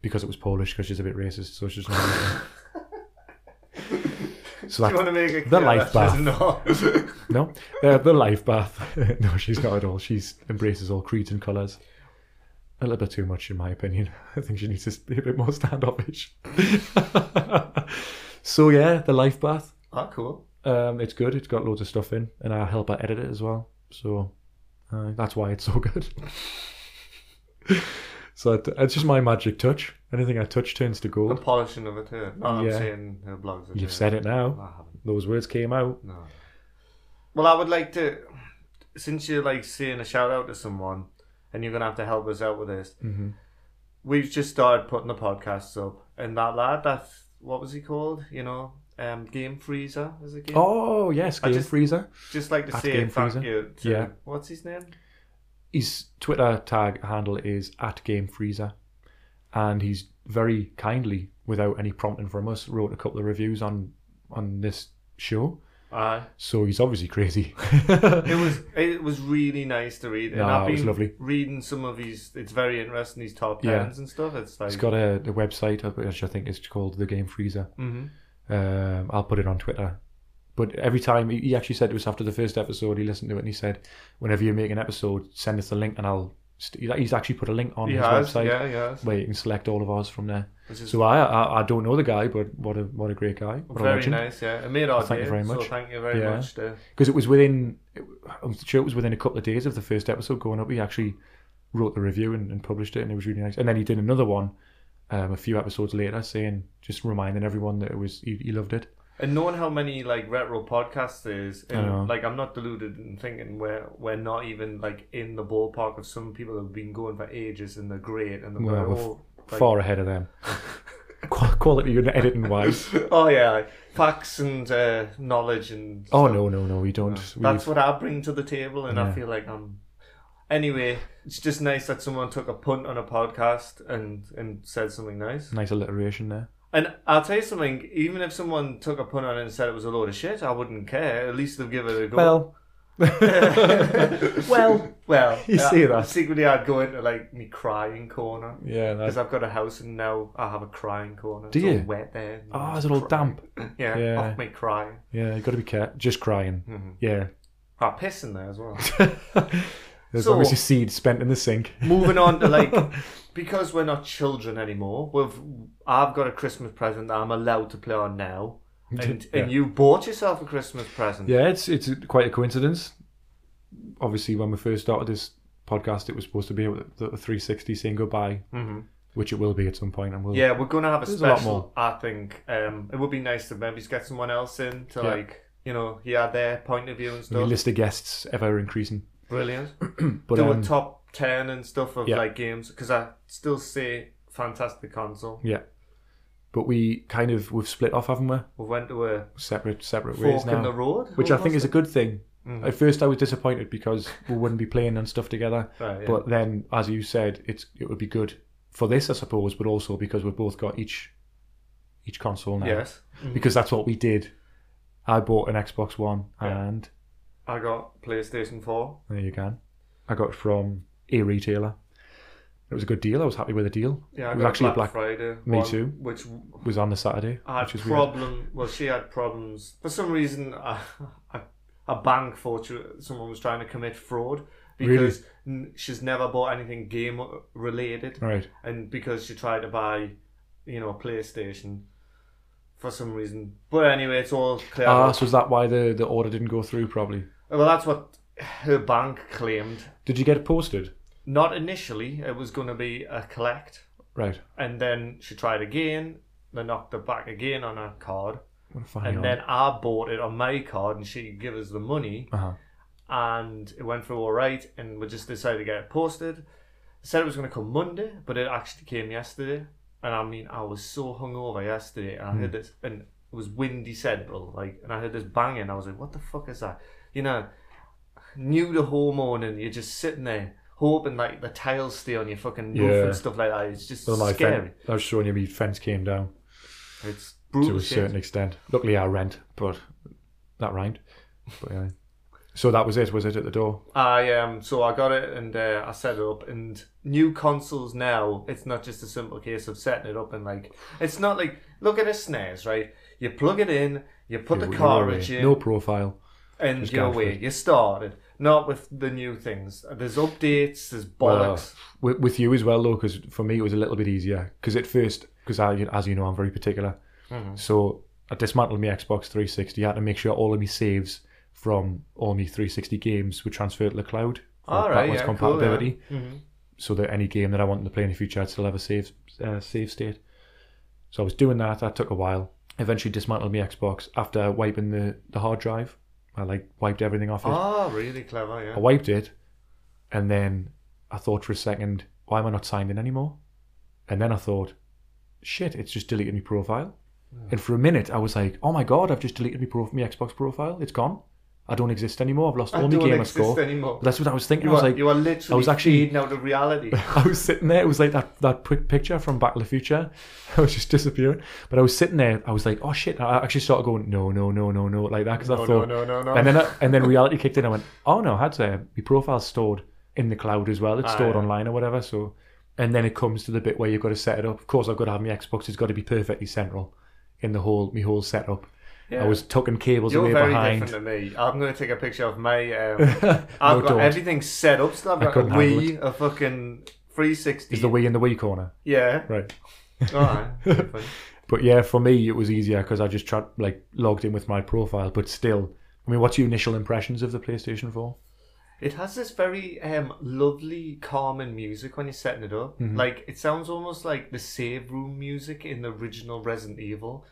S1: because it was Polish. Because she's a bit racist, so she's not. so
S3: Do you want to make it
S1: The
S3: clear
S1: life
S3: that
S1: bath.
S3: she's not?
S1: No, uh, the life bath. no, she's not at all. She's embraces all creeds and colours. A little bit too much, in my opinion. I think she needs to be a bit more standoffish. so yeah, the life bath.
S3: oh, cool.
S1: Um, it's good. It's got loads of stuff in, and I help her edit it as well. So uh, that's why it's so good. So that, it's just my magic touch. Anything I touch turns to
S3: The
S1: gold.
S3: polishing of it too. No, I'm
S1: Yeah.
S3: saying her blogs are
S1: You've
S3: too.
S1: said it
S3: No, I
S1: now.
S3: haven't.
S1: Those words came out.
S3: No. Well, I would like to, since you're like saying a shout out to someone, and you're gonna have to help us out with this.
S1: Mhm.
S3: We've just started putting the podcasts up, and that lad, that what was he called? You know, um, Game Freezer is it? Game?
S1: Oh yes,
S3: I
S1: Game
S3: just-
S1: Freezer.
S3: just like to
S1: at
S3: say
S1: Game
S3: thank
S1: Freezer.
S3: you. To,
S1: Yeah.
S3: What's his name?
S1: His Twitter tag handle is at Game Freezer, and he's very kindly, without any prompting from us, wrote a couple of reviews on on this show.
S3: Aye.
S1: So he's obviously crazy.
S3: It was it was really nice to read, and
S1: No,
S3: I've
S1: it
S3: been
S1: was lovely.
S3: reading some of these. It's very interesting these top
S1: Yeah.
S3: tens and stuff. It's like
S1: He's got a, a website uh, which I think is called The Game Freezer.
S3: Mhm.
S1: Um, I'll put it on Twitter. But every time he, he actually said it was after the first episode, he listened to it and he said, "Whenever you make an episode, send us the link, and I'll." St-. he's- He's actually put a link on
S3: he
S1: his
S3: has,
S1: website
S3: yeah, he has.
S1: where you can select all of ours from there.
S3: Which is
S1: So I, I I don't know the guy, but what a what a great guy, what a
S3: very
S1: legend.
S3: nice. Yeah, it made our
S1: Thank you
S3: day,
S1: very much.
S3: So thank you very
S1: Yeah.
S3: much. To,
S1: Because it was within, I'm sure it was within a couple of days of the first episode going up. He actually wrote the review and, and published it, and it was really nice. And then he did another one um, a few episodes later, saying just reminding everyone that it was he, he loved it.
S3: And knowing how many like retro podcasts there is,
S1: I know.
S3: and like I'm not deluded in thinking we're we're not even like in the ballpark of some people that have been going for ages and they're great and they're
S1: Well,
S3: well,
S1: we're
S3: all, like,
S1: Far ahead of them, Qua- quality and editing wise.
S3: oh yeah, like, facts and uh, knowledge and
S1: Oh no, no, no, we don't.
S3: that's
S1: We've-
S3: what I bring to the table, and
S1: Yeah.
S3: I feel like I'm. Anyway, it's just nice that someone took a punt on a podcast and and said something nice.
S1: nice alliteration there.
S3: And I'll tell you something. Even if someone took a punt on it and said it was a load of shit, I wouldn't care. At least they've given it a go.
S1: Well,
S3: well, well,
S1: You
S3: uh,
S1: say that.
S3: Secretly, I'd go into like me crying corner
S1: yeah. That,
S3: because I've got a house and now I have a crying corner.
S1: Do
S3: it's all
S1: you?
S3: wet there.
S1: oh, it's a little
S3: Crying.
S1: damp.
S3: Yeah,
S1: Yeah.
S3: off me crying.
S1: Yeah, you got to be careful. Just crying.
S3: Mm-hmm.
S1: Yeah.
S3: Ah, piss in there as well.
S1: There's
S3: So-
S1: obviously seed spent in the sink.
S3: Moving on to like, because we're not children anymore. We've I've got a Christmas present that I'm allowed to play on now, and
S1: Yeah.
S3: and you bought yourself a Christmas present.
S1: Yeah, it's it's quite a coincidence. Obviously, when we first started this podcast, it was supposed to be the, the 360 saying goodbye,
S3: Mhm.
S1: which it will be at some point, and we'll
S3: Yeah, we're gonna have a
S1: There's a lot
S3: special. I think um, it would be nice to maybe get someone else in to
S1: Yeah.
S3: like you know yeah their point of view and
S1: the
S3: stuff.
S1: list of guests ever increasing.
S3: Brilliant.
S1: But
S3: Do
S1: um,
S3: a top ten and stuff of
S1: yeah.
S3: like games because I still say fantastic console.
S1: yeah, but we kind of we've split off, haven't we?
S3: We went to a
S1: Separate separate ways
S3: fork
S1: now,
S3: in the road,
S1: which I think is a good thing.
S3: Mm.
S1: At first, I was disappointed because we wouldn't be playing and stuff together.
S3: Right, yeah.
S1: But then, as you said, it's it would be good for this, I suppose, but also because we've both got each each console now.
S3: yes. Mm.
S1: because that's what we did. I bought an Xbox One,
S3: Yeah.
S1: and
S3: I got PlayStation Four.
S1: there you go. I got it from a retailer. It was a good deal. I was happy with the deal.
S3: Yeah, I
S1: it
S3: got
S1: was actually a
S3: Black,
S1: black.
S3: Friday.
S1: Me
S3: one,
S1: too.
S3: Which
S1: was on the Saturday,
S3: I had
S1: which was weird.
S3: problem. Well, she had problems for some reason. A, a, a bank fortune. Someone was trying to commit fraud because n- she's never bought anything game uh, related,
S1: All right.
S3: and because she tried to buy, you know, a PlayStation for some reason. But anyway, it's all clear.
S1: Ah,
S3: up.
S1: so is that why the the order didn't go through? Probably.
S3: well, that's what her bank claimed.
S1: Did you get it posted?
S3: Not initially. It was going to be a collect,
S1: Right.
S3: and then she tried again. They knocked her back again on her card.
S1: What a funny
S3: and
S1: one.
S3: then I bought it on my card, and she gave us the money,
S1: Uh-huh.
S3: and it went through all right, and we just decided to get it posted. Said it was going to come Monday, but it actually came yesterday, and I mean, I was so hungover yesterday, and I heard
S1: Hmm.
S3: this, and it was windy central, like, and I heard this banging. I was like, "What the fuck is that?" You know, new to hormone, and you're just sitting there hoping like the tiles stay on your fucking roof
S1: Yeah.
S3: and stuff like that. It's just
S1: Well, my
S3: scary.
S1: fence. I was showing you my fence came down
S3: It's
S1: to
S3: brutal.
S1: a
S3: shit.
S1: certain extent. Luckily, I rent, but that rhymed. But yeah. So that was it. Was it at the door?
S3: I um so I got it and uh, I set it up and new consoles now it's not just a simple case of setting it up and like it's not like look at a SNES right you plug it in you put
S1: You
S3: the
S1: were
S3: cartridge
S1: away.
S3: in
S1: No profile.
S3: and
S1: just
S3: you're
S1: going for
S3: away
S1: it.
S3: you started not with the new things there's updates there's bollocks
S1: with, with you as well though because for me it was a little bit easier because at first because i as you know i'm very particular
S3: Mm-hmm.
S1: so i dismantled my xbox 360 i had to make sure all of my saves from all my 360 games were transferred to the cloud for
S3: All right,
S1: backwards
S3: yeah, cool,
S1: compatibility
S3: Mhm.
S1: so that any game that I wanted to play in the future, I'd still have a save uh, save state. So I was doing that. That took a while. Eventually dismantled my Xbox after wiping the, the hard drive. I like wiped everything off it.
S3: Oh, really clever,
S1: I
S3: yeah.
S1: wiped it, and then I thought for a second, why am I not signed in anymore? And then I thought, shit, it's just deleted my profile. And for a minute, I was like, oh my god, I've just deleted my, prof- my Xbox profile. It's gone. I don't exist anymore. I've lost
S3: I
S1: all my
S3: don't
S1: game I
S3: exist
S1: score.
S3: anymore.
S1: That's what I was thinking.
S3: You
S1: I was
S3: are,
S1: like,
S3: you are literally
S1: I was actually-
S3: feeding out of reality.
S1: I was sitting there. It was like that that quick picture from Back to the Future. I was just disappearing. But I was sitting there. I was like, oh shit! I actually started going, no, no, no, no, no, like that because I
S3: No,
S1: thought,
S3: no, no, no, no.
S1: And then I, and then reality kicked in. I went, oh no, I had to. My profile's stored in the cloud as well. It's stored
S3: Ah, yeah.
S1: online or whatever. So, and then it comes to the bit where you've got to set it up. Of course, I've got to have my Xbox. It's got to be perfectly central in the whole my whole setup.
S3: Yeah.
S1: I was tucking cables
S3: You're
S1: away
S3: very
S1: behind.
S3: different to me. I'm going to take a picture of my. Um, I've got
S1: don't.
S3: everything set up. So I've got a
S1: couldn't handle
S3: Wii, a fucking 360.
S1: Is the Wii in the Wii corner?
S3: Yeah.
S1: Right.
S3: All right. Different.
S1: But yeah, for me it was easier because I just tried like logged in with my profile. But still, I mean, what's your initial impressions of the PlayStation Four?
S3: It has this very um, lovely, calming music when you're setting it up.
S1: Mm-hmm.
S3: Like it sounds almost like the save room music in the original Resident Evil.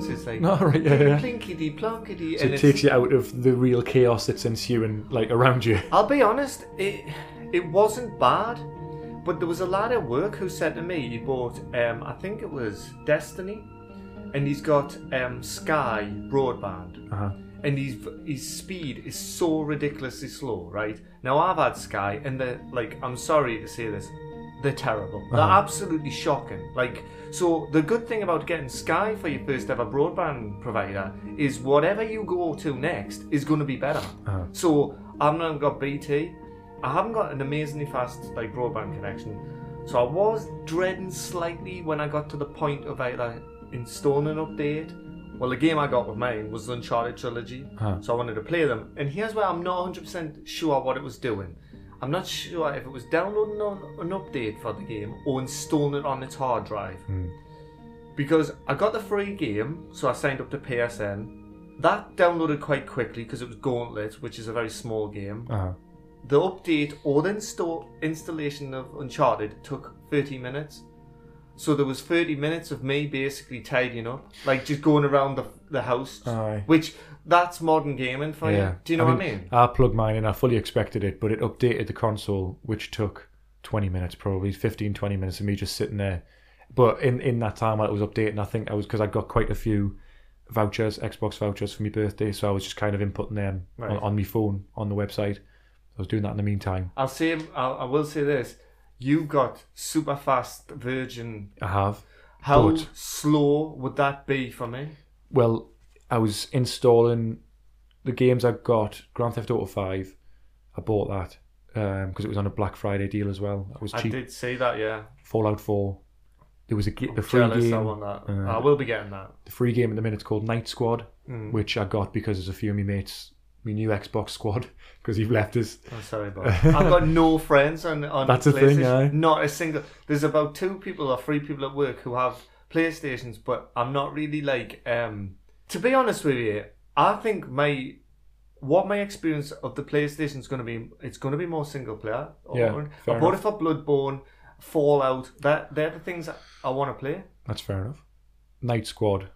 S3: So it's like
S1: No, right, yeah, yeah.
S3: plinkety plonkety,
S1: So
S3: and
S1: it
S3: it's-
S1: takes you out of the real chaos that's ensuing like around you.
S3: I'll be honest, it it wasn't bad, but there was a lad at work who said to me he bought, um, I think it was Destiny, and he's got um, Sky broadband,
S1: Uh-huh.
S3: and his his speed is so ridiculously slow. Right now, I've had Sky, and they're like, I'm sorry to say this. They're terrible. They're absolutely shocking. Like, so the good thing about getting Sky for your first ever broadband provider is whatever you go to next is going to be better. So I've not got BT. I haven't got an amazingly fast like broadband connection. So I was dreading slightly when I got to the point of either installing an update. Well, the game I got with mine was the Uncharted trilogy, so I wanted to play them. And here's where I'm not 100% sure what it was doing. I'm not sure if it was downloading on an update for the game or installing it on its hard drive. Because I got the free game, so I signed up to PSN. That downloaded quite quickly because it was Gauntlet, which is a very small game.
S1: Uh-huh.
S3: The update or the install installation of Uncharted took 30 minutes. So there was 30 minutes of me basically tidying up, like just going around the, the house,
S1: Aye.
S3: which that's modern gaming for you. Do you know what I mean?
S1: I plugged mine in. I fully expected it, but it updated the console, which took 20 minutes, probably 15, 20 minutes of me just sitting there. But in, in that time while it was updating, I think I was because I got quite a few vouchers, Xbox vouchers for my birthday, so I was just kind of inputting them on, on my phone on the website. I was doing that in the meantime.
S3: I'll say, I'll, I will say this: you've got super fast Virgin.
S1: I have.
S3: How
S1: But-
S3: slow would that be for me?
S1: Well, I was installing the games I got Grand Theft Auto 5. I bought that because it was on a Black Friday deal as well. It was
S3: I
S1: cheap.
S3: did see that, yeah.
S1: Fallout 4. There was a ge- the free
S3: Jealous, I
S1: game.
S3: want that. I will be getting that.
S1: The free game at the minute is called Night Squad,
S3: Mm.
S1: which I got because there's a few of my mates, my new Xbox squad, because you've left us.
S3: I'm sorry, but I've got no friends on on
S1: That's the thing,
S3: PlayStation.
S1: aye.
S3: Not a single. There's about two people or three people at work who have PlayStations, but I'm not really like. um To be honest with you, I think my what my experience of the PlayStation is going to be. It's going to be more single player.
S1: Yeah,
S3: I
S1: fair
S3: bought it for Bloodborne, Fallout. That they're the things I want to play.
S1: That's fair enough. Night Squad.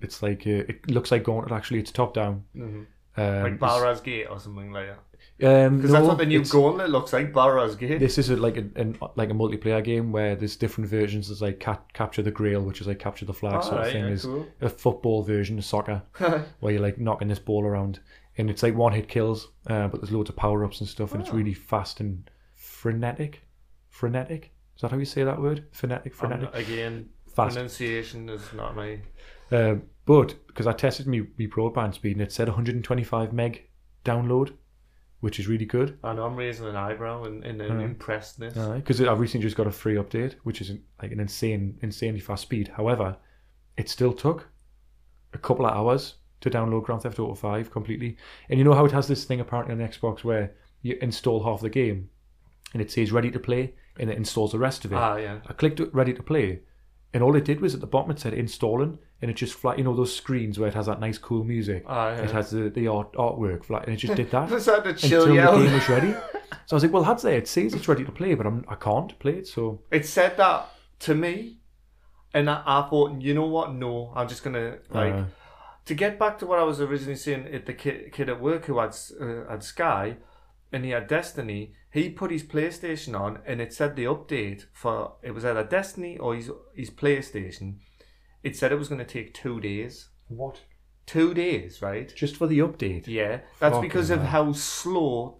S1: It's like uh, it looks like Gauntlet. Actually, it's top down. Um,
S3: Mm-hmm. Like Barras Gate or something like that.
S1: Because
S3: Because that's what the new Gauntlet looks like, Barras Gate.
S1: This is a, like a, an, like a multiplayer game where there's different versions. There's like cat, capture the grail, which is like capture the flag sort
S3: Alright,
S1: of thing.
S3: yeah,
S1: There's
S3: cool.
S1: a football version of soccer where you're like knocking this ball around, and it's like one hit kills, uh, but there's loads of power ups and stuff, and it's
S3: Oh.
S1: really fast and frenetic. Frenetic is that how you say that word? Frenetic, frenetic.
S3: Again,
S1: Fast.
S3: pronunciation is not my.
S1: Uh, but because I tested me, me broadband speed and it said 125 meg download, which is really good.
S3: I know I'm raising an eyebrow in, in, in
S1: Hmm.
S3: impressedness.
S1: because Uh, I've recently just got a free update, which is like an insane, insanely fast speed. However, it still took a couple of hours to download Grand Theft Auto 5 completely. And you know how it has this thing apparently on Xbox where you install half the game and it says ready to play and it installs the rest of it.
S3: Ah, yeah.
S1: I clicked ready to play And all it did was at the bottom it said installing, and it just flat. You know those screens where it has that nice cool music.
S3: Ah, yeah.
S1: It has the, the art artwork flat, and it just did that
S3: Just had to
S1: until
S3: chill
S1: the
S3: you out.
S1: game was ready. So I was like, well, that's there. It says it's ready to play, but I'm I can't play it. So
S3: It said that to me, and I, I thought, you know what? No, I'm just gonna like
S1: Uh.
S3: to get back to what I was originally saying. At the kid, kid at work who had s- uh, had Sky, and he had Destiny. He put his PlayStation on, and it said the update for it was either Destiny or his his PlayStation. It said it was going to take two days.
S1: what?
S3: Two days, right?
S1: Just for the update.
S3: Yeah, that's
S1: Fucking
S3: because of
S1: hell.
S3: how slow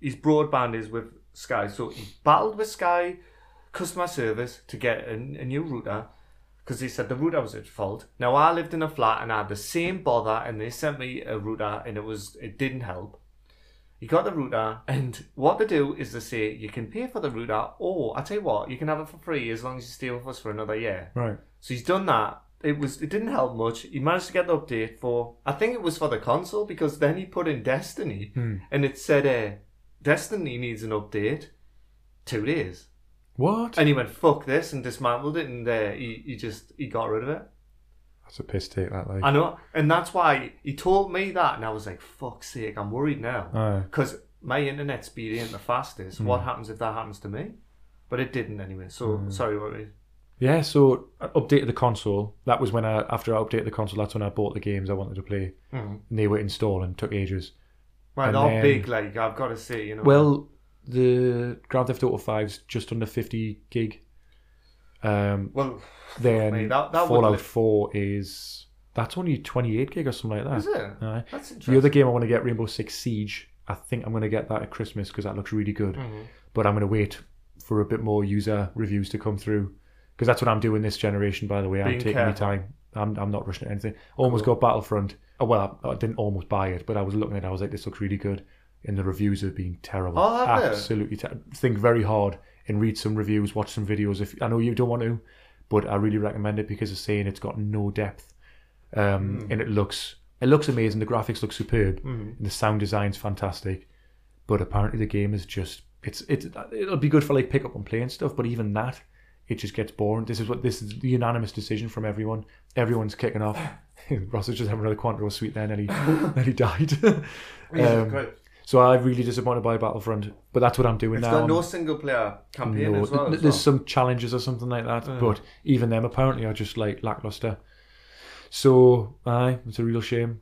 S3: his broadband is with Sky. So he battled with Sky customer service to get a, a new router because they said the router was at fault. Now I lived in a flat and I had the same bother, and they sent me a router, and it was it didn't help. He got the router, and what they do is they say you can pay for the router, or I tell you what, you can have it for free as long as you stay with us for another year.
S1: Right.
S3: So he's done that. It was it didn't help much. He managed to get the update for I think it was for the console because then he put in Destiny
S1: Hmm.
S3: and it said uh, Destiny needs an update. Two days.
S1: What?
S3: And he went, fuck this and dismantled it and uh, he, he just he got rid of it.
S1: That's a piss take. That like.
S3: I know and that's why he told me that and I was like, fuck's sake, I'm worried now.
S1: Aye. Hmm.
S3: Because my internet speed ain't the fastest. What happens if that happens to me? But it didn't anyway. So
S1: Hmm.
S3: sorry what we
S1: Yeah, so I updated the console. That was when I, after I updated the console, that's when I bought the games I wanted to play.
S3: Mhm.
S1: And they were installed and took ages.
S3: Well,
S1: And
S3: not
S1: then-
S3: big like I've gotta say, you know.
S1: Well, the Grand Theft Auto 5's just under 50 gig. Um,
S3: well
S1: then
S3: me, that- that would
S1: Fallout
S3: lift-
S1: 4 is. That's only 28 gig or something like that.
S3: Is it?
S1: Aye.
S3: That's interesting.
S1: The other game I want to get, Rainbow Six Siege, I think I'm going to get that at Christmas because that looks really good.
S3: Mm-hmm.
S1: But I'm going to wait for a bit more user reviews to come through because that's what I'm doing this generation, by the way.
S3: Being
S1: I'm taking my
S3: careful.
S1: time. I'm, I'm not rushing at anything. Almost got Battlefront. Oh, well, I, I didn't almost buy it, but I was looking at it. I was like, this looks really good. And the reviews have been terrible.
S3: Oh, have they?
S1: Absolutely. Ter- think very hard and read some reviews, watch some videos. If I know you don't want to, but I really recommend it because it's saying it's got no depth um, and it looks it looks amazing. The graphics look superb, and the sound design's fantastic. But apparently, the game is just it's it's it'll be good for like pick up and play and stuff. But even that, it just gets boring. This is what this is the unanimous decision from everyone. Everyone's kicking off. Ross is just having another Quantrill sweet there, and he nearly died. um,
S3: Great.
S1: so I'm really disappointed by Battlefront, but that's what I'm doing
S3: It's
S1: now.
S3: got
S1: I'm-
S3: no single player campaign
S1: no,
S3: as well.
S1: th-
S3: as
S1: there's
S3: well.
S1: some challenges or something like that, but even them apparently are just like lackluster. So, aye, it's a real shame.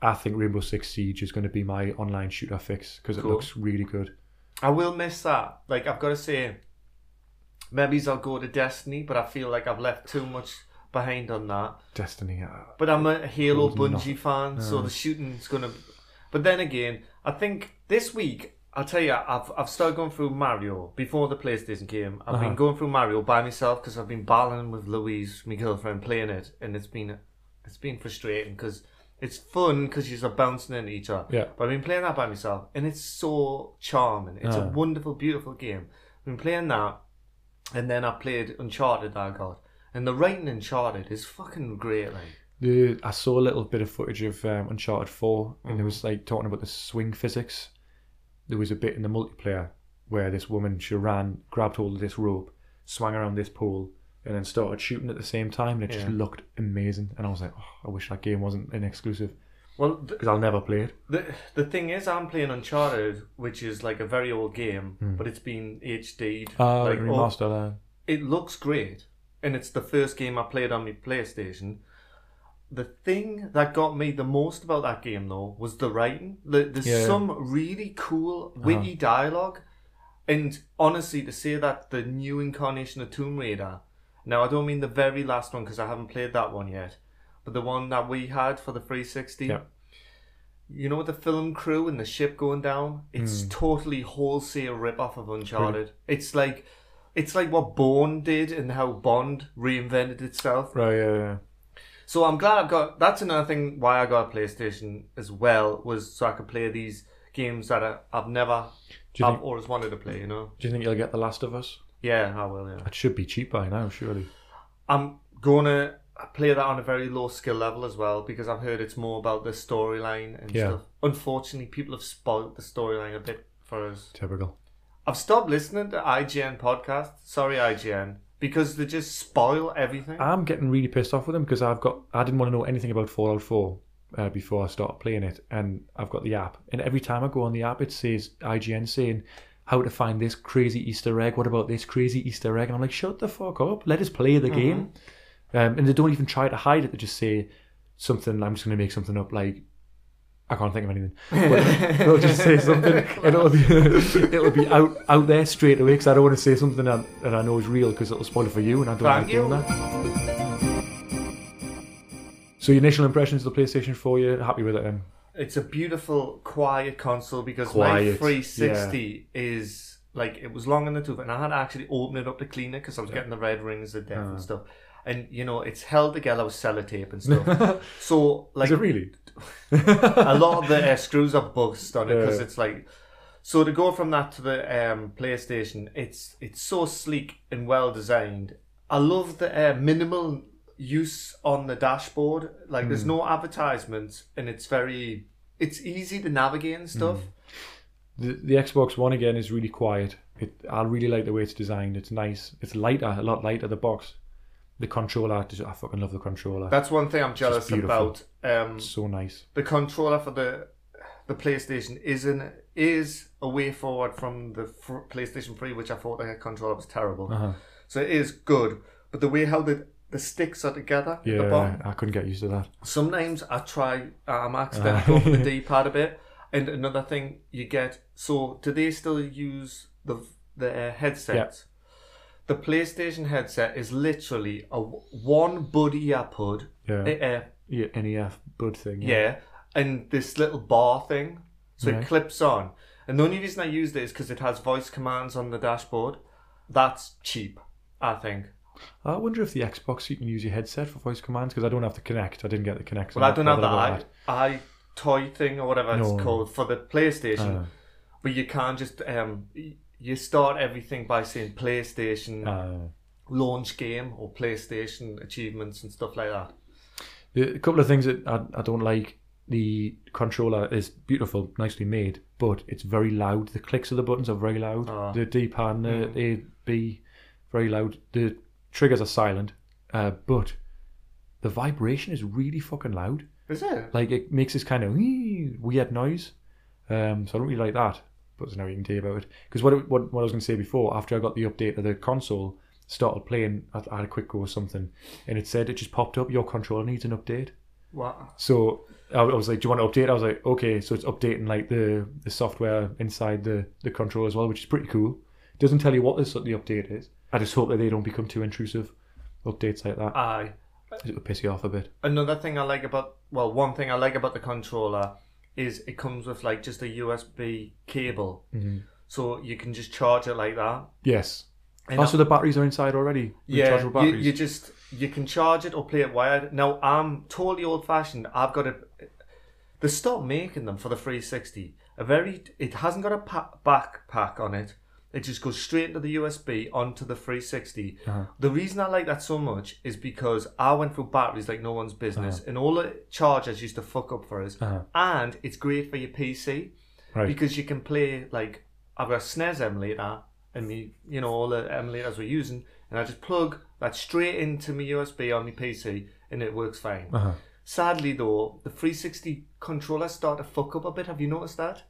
S1: I think Rainbow Six Siege is going to be my online shooter fix because it
S3: Cool.
S1: looks really good.
S3: I will miss that. Like I've got to say, maybe I'll go to Destiny, but I feel like I've left too much behind on that.
S1: Destiny, uh,
S3: But I'm a Halo
S1: Golden
S3: Bungie fan, so the shooting's gonna. But then again, I think this week I'll tell you, I've I've started going through Mario before the PlayStation game. I've been going through Mario by myself because I've been battling with Louise, my girlfriend, playing it, and it's been it's been frustrating because. It's fun because you're bouncing into each other.
S1: Yeah.
S3: But I've been playing that by myself, and it's so charming. It's a
S1: Ah.
S3: wonderful, beautiful game. I've been playing that, and then I played Uncharted. that I got, and the writing in Uncharted is fucking great. Like,
S1: the, I saw a little bit of footage of um, Uncharted 4 and it was like talking about the swing physics. There was a bit in the multiplayer where this woman, she ran, grabbed hold of this rope, swung around this pole, and then started shooting at the same time. And it just
S3: Yeah.
S1: looked amazing. And I was like, oh, I wish that game wasn't an exclusive.
S3: Well, th-
S1: because I'll never play it.
S3: the the thing is, I'm playing Uncharted, which is like a very old game, but it's been HD'd.
S1: Uh,
S3: like, all-
S1: Hmm. remaster that.
S3: it looks great, and it's the first game I played on my PlayStation. The thing that got me the most about that game, though, was the writing. The, there's
S1: Yeah. Uh-huh.
S3: some really cool, witty dialogue, and honestly, to say that the new incarnation of Tomb Raider. Now, I don't mean the very last one because I haven't played that one yet, but the one that we had for the 360.
S1: Yeah.
S3: You know the film crew and the ship going down?
S1: Hmm.
S3: It's totally wholesale rip off of Uncharted. It's like it's like what Bond did and how Bond reinvented itself.
S1: Right, yeah, yeah.
S3: So I'm glad I've got that's another thing why I got a PlayStation as well was so I could play these games that I, I've never
S1: Do you,
S3: I've
S1: think,
S3: always wanted to play, you know?
S1: do you think you'll get The Last of Us?
S3: Yeah, I will, yeah.
S1: It should be cheap by now, surely.
S3: I'm gonna play that on a very low skill level as well because I've heard it's more about the storyline and
S1: Yeah.
S3: stuff. Unfortunately people have spoiled the storyline a bit for us.
S1: Typical.
S3: I've stopped listening to IGN podcast. Sorry, IGN, because they just spoil everything.
S1: I'm getting really pissed off with them because I've got I didn't want to know anything about Fallout 4 uh, before I started playing it, and I've got the app. And every time I go on the app, it says IGN saying how to find this crazy Easter egg. What about this crazy Easter egg? And I'm like, shut the fuck up. Let us play the game. Um, and they don't even try to hide it. They just say something. I'm just going to make something up. Like I can't think of anything. But they'll just say something, and it'll be it'll be out out there straight away because I don't want to say something that, that I know is real because it'll spoil it for you, and I don't
S3: Thank
S1: like doing
S3: you.
S1: that. So your initial impressions of the PlayStation 4, you're happy with it then?
S3: it's a beautiful, quiet console because my
S1: Quiet,
S3: 360 is like it was long in the tooth, and I had to actually open it up to clean it because I was getting the red rings, the death,
S1: Ah.
S3: and stuff. And you know, it's held together with sellotape and stuff. so, like,
S1: Is it really?
S3: a lot of the uh, screws are bust on it because
S1: Yeah.
S3: it's like. So to go from that to the um, PlayStation, it's it's so sleek and well designed. I love the uh, minimal use on the dashboard. Like there's no advertisements, and it's very it's easy to navigate and stuff.
S1: The, the Xbox One again is really quiet. It, I really like the way it's designed. It's nice. It's lighter, a lot lighter. The box, the controller. just- I fucking love the controller.
S3: That's one thing I'm jealous
S1: beautiful.
S3: about. Um,
S1: It's so nice.
S3: the controller for the the PlayStation is an is a way forward from the fr- PlayStation 3, which I thought the controller was terrible.
S1: Uh-huh.
S3: So it is good, but the way how the the sticks are together at the
S1: Yeah,
S3: bottom.
S1: I couldn't get used to that.
S3: Sometimes I try, uh, I'm accidentally off the
S1: Uh-huh.
S3: D pad a bit. And another thing you get, so do they still use the the uh, headsets? The PlayStation headset is literally a w- one buddy I put,
S1: Yeah.
S3: eh, eh,
S1: Yeah, NEF bud thing.
S3: yeah, and this little bar thing. So it
S1: Right.
S3: clips on. And the only reason I used it is because it has voice commands on the dashboard. That's cheap, I think.
S1: I wonder if the Xbox you can use your headset for voice commands because I don't have to connect. I didn't get the connection.
S3: Well, I don't have the i i toy thing or whatever
S1: No. Uh.
S3: it's called for the PlayStation, but you can't just um y- you start everything by saying PlayStation
S1: Uh,
S3: launch game or PlayStation achievements and stuff like that.
S1: the- a couple of things that I, I don't like. The controller is beautiful, nicely made, but it's very loud. The clicks of the buttons are very loud.
S3: Oh.
S1: the D pad and the
S3: Hmm.
S1: A B, very loud. The triggers are silent, uh, but the vibration is really fucking loud.
S3: Is it?
S1: Like it makes this kind of weird noise. Um, so I don't really like that. But there's nothing you can do about it. Because what, it- what what I was going to say before, after I got the update of the console, started playing, I, I had a quick go or something, and it said it just popped up. Your controller needs an update.
S3: What?
S1: So I I was like, "Do you want to update?" I was like, "Okay." So it's updating like the the software inside the the controller as well, which is pretty cool. It doesn't tell you what this the update is. I just hope that they don't become too intrusive. Updates like that
S3: Aye.
S1: it would piss you off a bit.
S3: Another thing I like about well, one thing I like about the controller is it comes with like just a USB cable, so you can just charge it like that.
S1: Yes.
S3: And
S1: also, Oh, the batteries are inside already.
S3: Yeah,
S1: Rechargeable
S3: you,
S1: batteries.
S3: you just you can charge it or play it wired. Now I'm totally old fashioned. I've got a. They stopped making them for the 360. A very it hasn't got a pa- backpack on it. It just goes straight into the USB onto the 360. The reason I like that so much is because I went through batteries like no one's business, and all the chargers used to fuck up for us. And it's great for your PC
S1: Right.
S3: because you can play like I've got a SNES emulator and me, you know, all the emulators we're using, and I just plug that straight into my USB on my PC, and it works fine.
S1: Uh-huh.
S3: Sadly, though, the 360 controller start to fuck up a bit. Have you noticed that?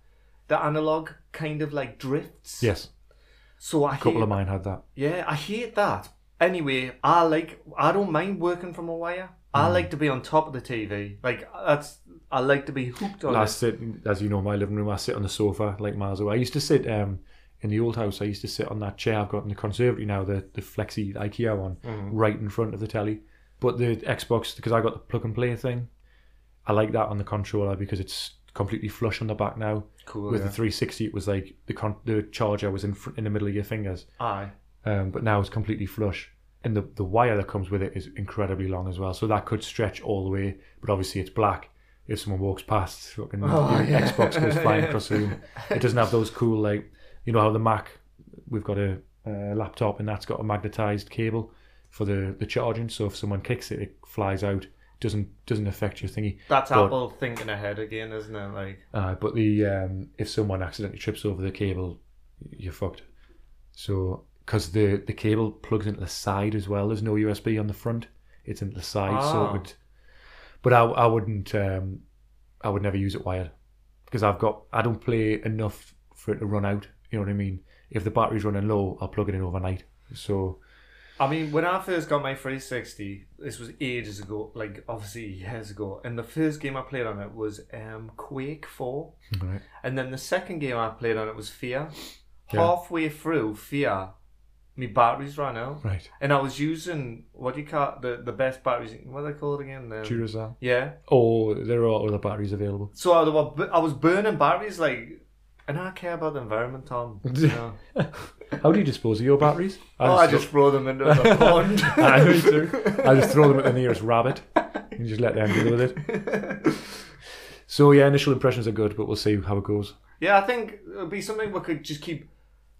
S3: The analog kind of like drifts.
S1: yes.
S3: So I
S1: A couple
S3: hate,
S1: of mine had that.
S3: yeah, I hate that. Anyway, I like I don't mind working from a wire. I
S1: Mm.
S3: like to be on top of the TV. Like that's I like to be hooked on
S1: I
S3: it.
S1: sit, as you know, in my living room. I sit on the sofa like miles away. I used to sit um, in the old house. I used to sit on that chair I've got in the conservatory now, the the flexi IKEA one,
S3: Mm-hmm.
S1: right in front of the telly. But the Xbox, because I got the plug and play thing, I like that on the controller because it's completely flush on the back now.
S3: Cool.
S1: With
S3: yeah.
S1: the 360, it was like the con- the charger was in fr- in the middle of your fingers,
S3: Aye.
S1: um, but now it's completely flush. And the, the wire that comes with it is incredibly long as well, so that could stretch all the way. But obviously, it's black. If someone walks past, fucking your Xbox goes flying across the room. It doesn't have those cool like you know how the Mac we've got a uh, laptop and that's got a magnetized cable for the the charging. So if someone kicks it, it flies out. Doesn't doesn't affect your thingy.
S3: That's
S1: But-
S3: Apple thinking ahead again, isn't it? Like,
S1: Uh, but the um, if someone accidentally trips over the cable, you're fucked. So because the the cable plugs into the side as well. There's no USB on the front; it's into the side, so it
S3: Ah.
S1: would. But I I wouldn't um, I would never use it wired because I've got I don't play enough for it to run out. You know what I mean? If the battery's running low, I'll plug it in overnight. So
S3: I mean, when I first got my 360, this was ages ago, like obviously years ago, and the first game I played on it was um, Quake 4.
S1: Right.
S3: And then the second game I played on it was Fear.
S1: Yeah.
S3: Halfway through Fear, my batteries ran out.
S1: right,
S3: And I was using, what do you call the, the best batteries? What are they called again? Um,
S1: Duracell.
S3: yeah.
S1: Or Oh, there are other batteries available.
S3: So I, wa- I was burning batteries, like, and I care about the environment, Tom. you know.
S1: How do you dispose of your batteries?
S3: oh, I just throw them into the pond.
S1: I, do too. I just throw them at the nearest rabbit and just let them deal with it. So yeah, initial impressions are good, but we'll see how it goes.
S3: Yeah, I think it would be something we could just keep.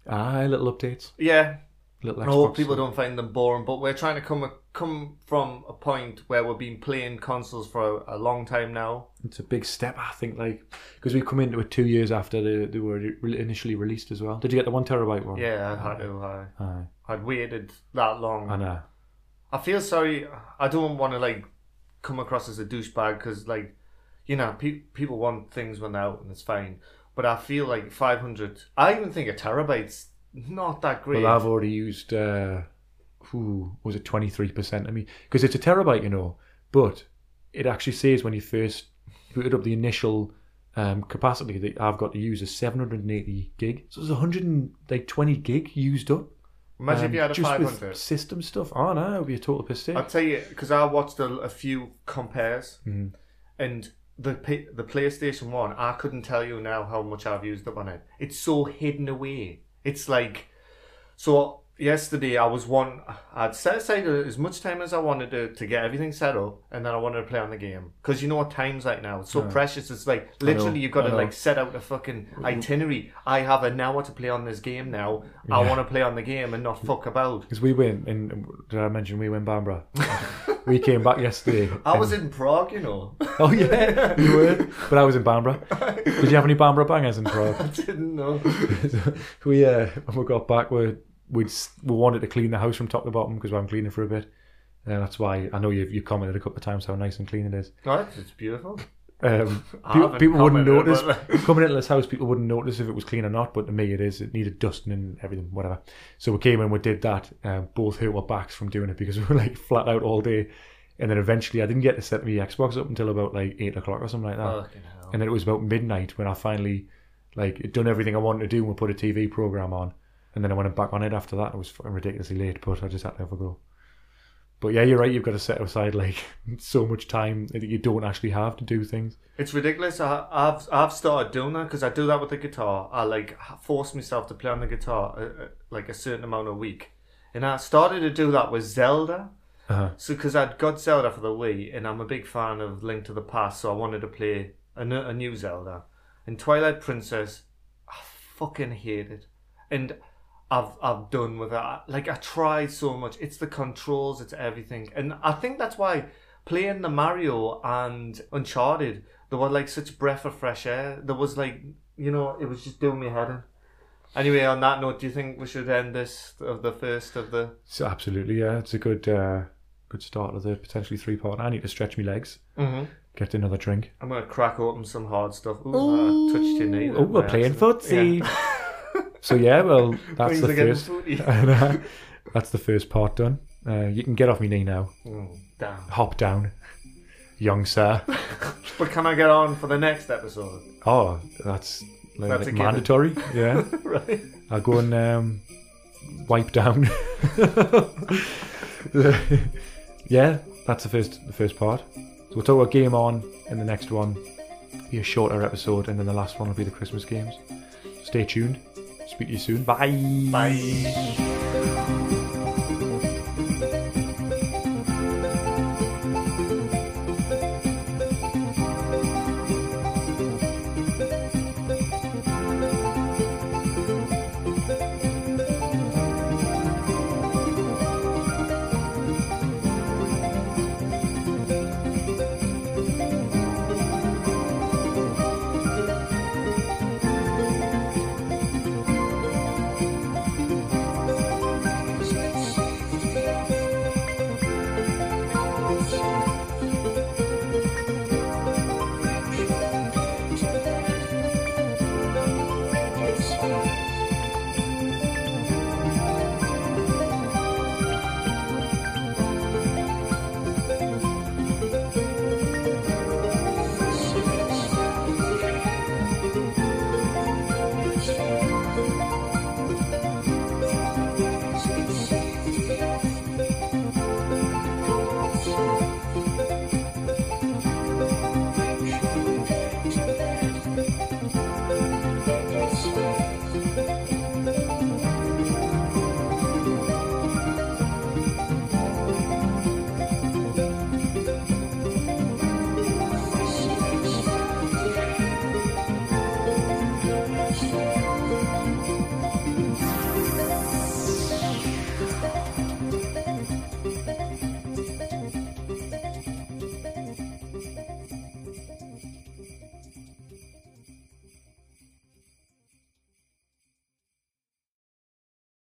S1: Ah, little updates,
S3: Yeah,
S1: little
S3: I hope
S1: Xbox.
S3: Oh, people don't find them boring, but we're trying to come come from a point where we've been playing consoles for a, a long time now.
S1: It's a big step, I think, like because we come into it two years after they, they were re- initially released as well. Did you get the one terabyte one?
S3: Yeah, I had to.
S1: Aye.
S3: I,
S1: uh,
S3: I'd waited that long.
S1: I know.
S3: I feel sorry. I don't want to like come across as a douchebag because like you know pe- people want things when they're out and it's fine. But I feel like 500. I even think a terabyte's not that great.
S1: Well, I've already used. Uh, who was it? Twenty three percent. I mean, because it's a terabyte, you know, but it actually says when you first booted up the initial um, capacity that I've got to use is seven hundred and eighty gig. So it's one hundred and like twenty gig used up.
S3: Imagine if
S1: um,
S3: you had a
S1: just
S3: 500.
S1: with system stuff. Oh no, it would be a total piss take.
S3: I'll tell you because I watched a, a few compares,
S1: Mm-hmm.
S3: and the P- the PlayStation One, I couldn't tell you now how much I've used up on it. It's so hidden away. It's like so. Yesterday, I was one. I'd set aside as much time as I wanted to, to get everything set up, and then I wanted to play on the game because you know what time's like now. It's so precious. It's like literally you've got
S1: I
S3: to
S1: know. Mm-hmm.
S3: like set out a fucking itinerary. I have an hour to play on this game now. I want to play on the game and not fuck about.
S1: Because we went, and did I mention we went Bambra? we came back yesterday.
S3: I
S1: and-
S3: was in Prague, you know.
S1: Oh yeah, you were. But I was in Bambra. Did you have any Bambra bangers in Prague?
S3: didn't know.
S1: So we uh, when we got back, we we we wanted to clean the house from top to bottom because we haven't cleaned it for a bit. And that's why I know you've you commented a couple of times how nice and clean it is.
S3: Right, it's beautiful.
S1: Um,
S3: I
S1: people
S3: haven't
S1: people wouldn't notice
S3: commented, but-
S1: coming into this house. People wouldn't notice if it was clean or not, but to me it is. It needed dusting and everything, whatever. So we came in, we did that. Uh, both hurt our backs from doing it because we were like flat out all day. And then eventually, I didn't get to set my Xbox up until about like eight o'clock or something like that.
S3: Fucking hell.
S1: and then it was about midnight when I finally like done everything I wanted to do and we put a TV program on and then I went back on it after that it was fucking ridiculously late but I just had to have a go but yeah you're right you've got to set aside like so much time that you don't actually have to do things
S3: It's ridiculous. I, I've I've started doing that because I do that with the guitar. I like force myself to play on the guitar uh, uh, like a certain amount a week, and I started to do that with Zelda.
S1: Uh-huh.
S3: So because I'd got Zelda for the Wii, and I'm a big fan of Link to the Past, so I wanted to play a, n- a new Zelda. And Twilight Princess, I fucking hate it, and I've I've done with it. I- Like I tried so much. It's the controls. It's everything, and I think that's why playing the Mario and Uncharted, there were like such breath of fresh air. There was like you know, it was just doing me head in. Anyway, on that note, do you think we should end this of the first of the?
S1: so absolutely yeah it's a good uh, good start of the potentially three part I need to stretch my legs
S3: Mm-hmm.
S1: get another drink
S3: I'm gonna crack open some hard stuff. Ooh, I touched your knee. there
S1: oh we're
S3: by
S1: playing
S3: accident.
S1: footsie
S3: Yeah.
S1: so yeah well that's
S3: Things
S1: the
S3: are getting
S1: first
S3: footy.
S1: and, uh, that's the first part done uh, you can get off me knee now
S3: Mm, Damn.
S1: hop down young sir
S3: But can I get on for the next episode?
S1: Oh, that's like,
S3: That's a given.
S1: mandatory. Yeah,
S3: Right.
S1: I'll go and um, wipe down. yeah, that's the first the first part. So we'll talk about game on in the next one. Be a shorter episode, and then the last one will be the Christmas games. Stay tuned. Speak to you soon. Bye.
S3: Bye.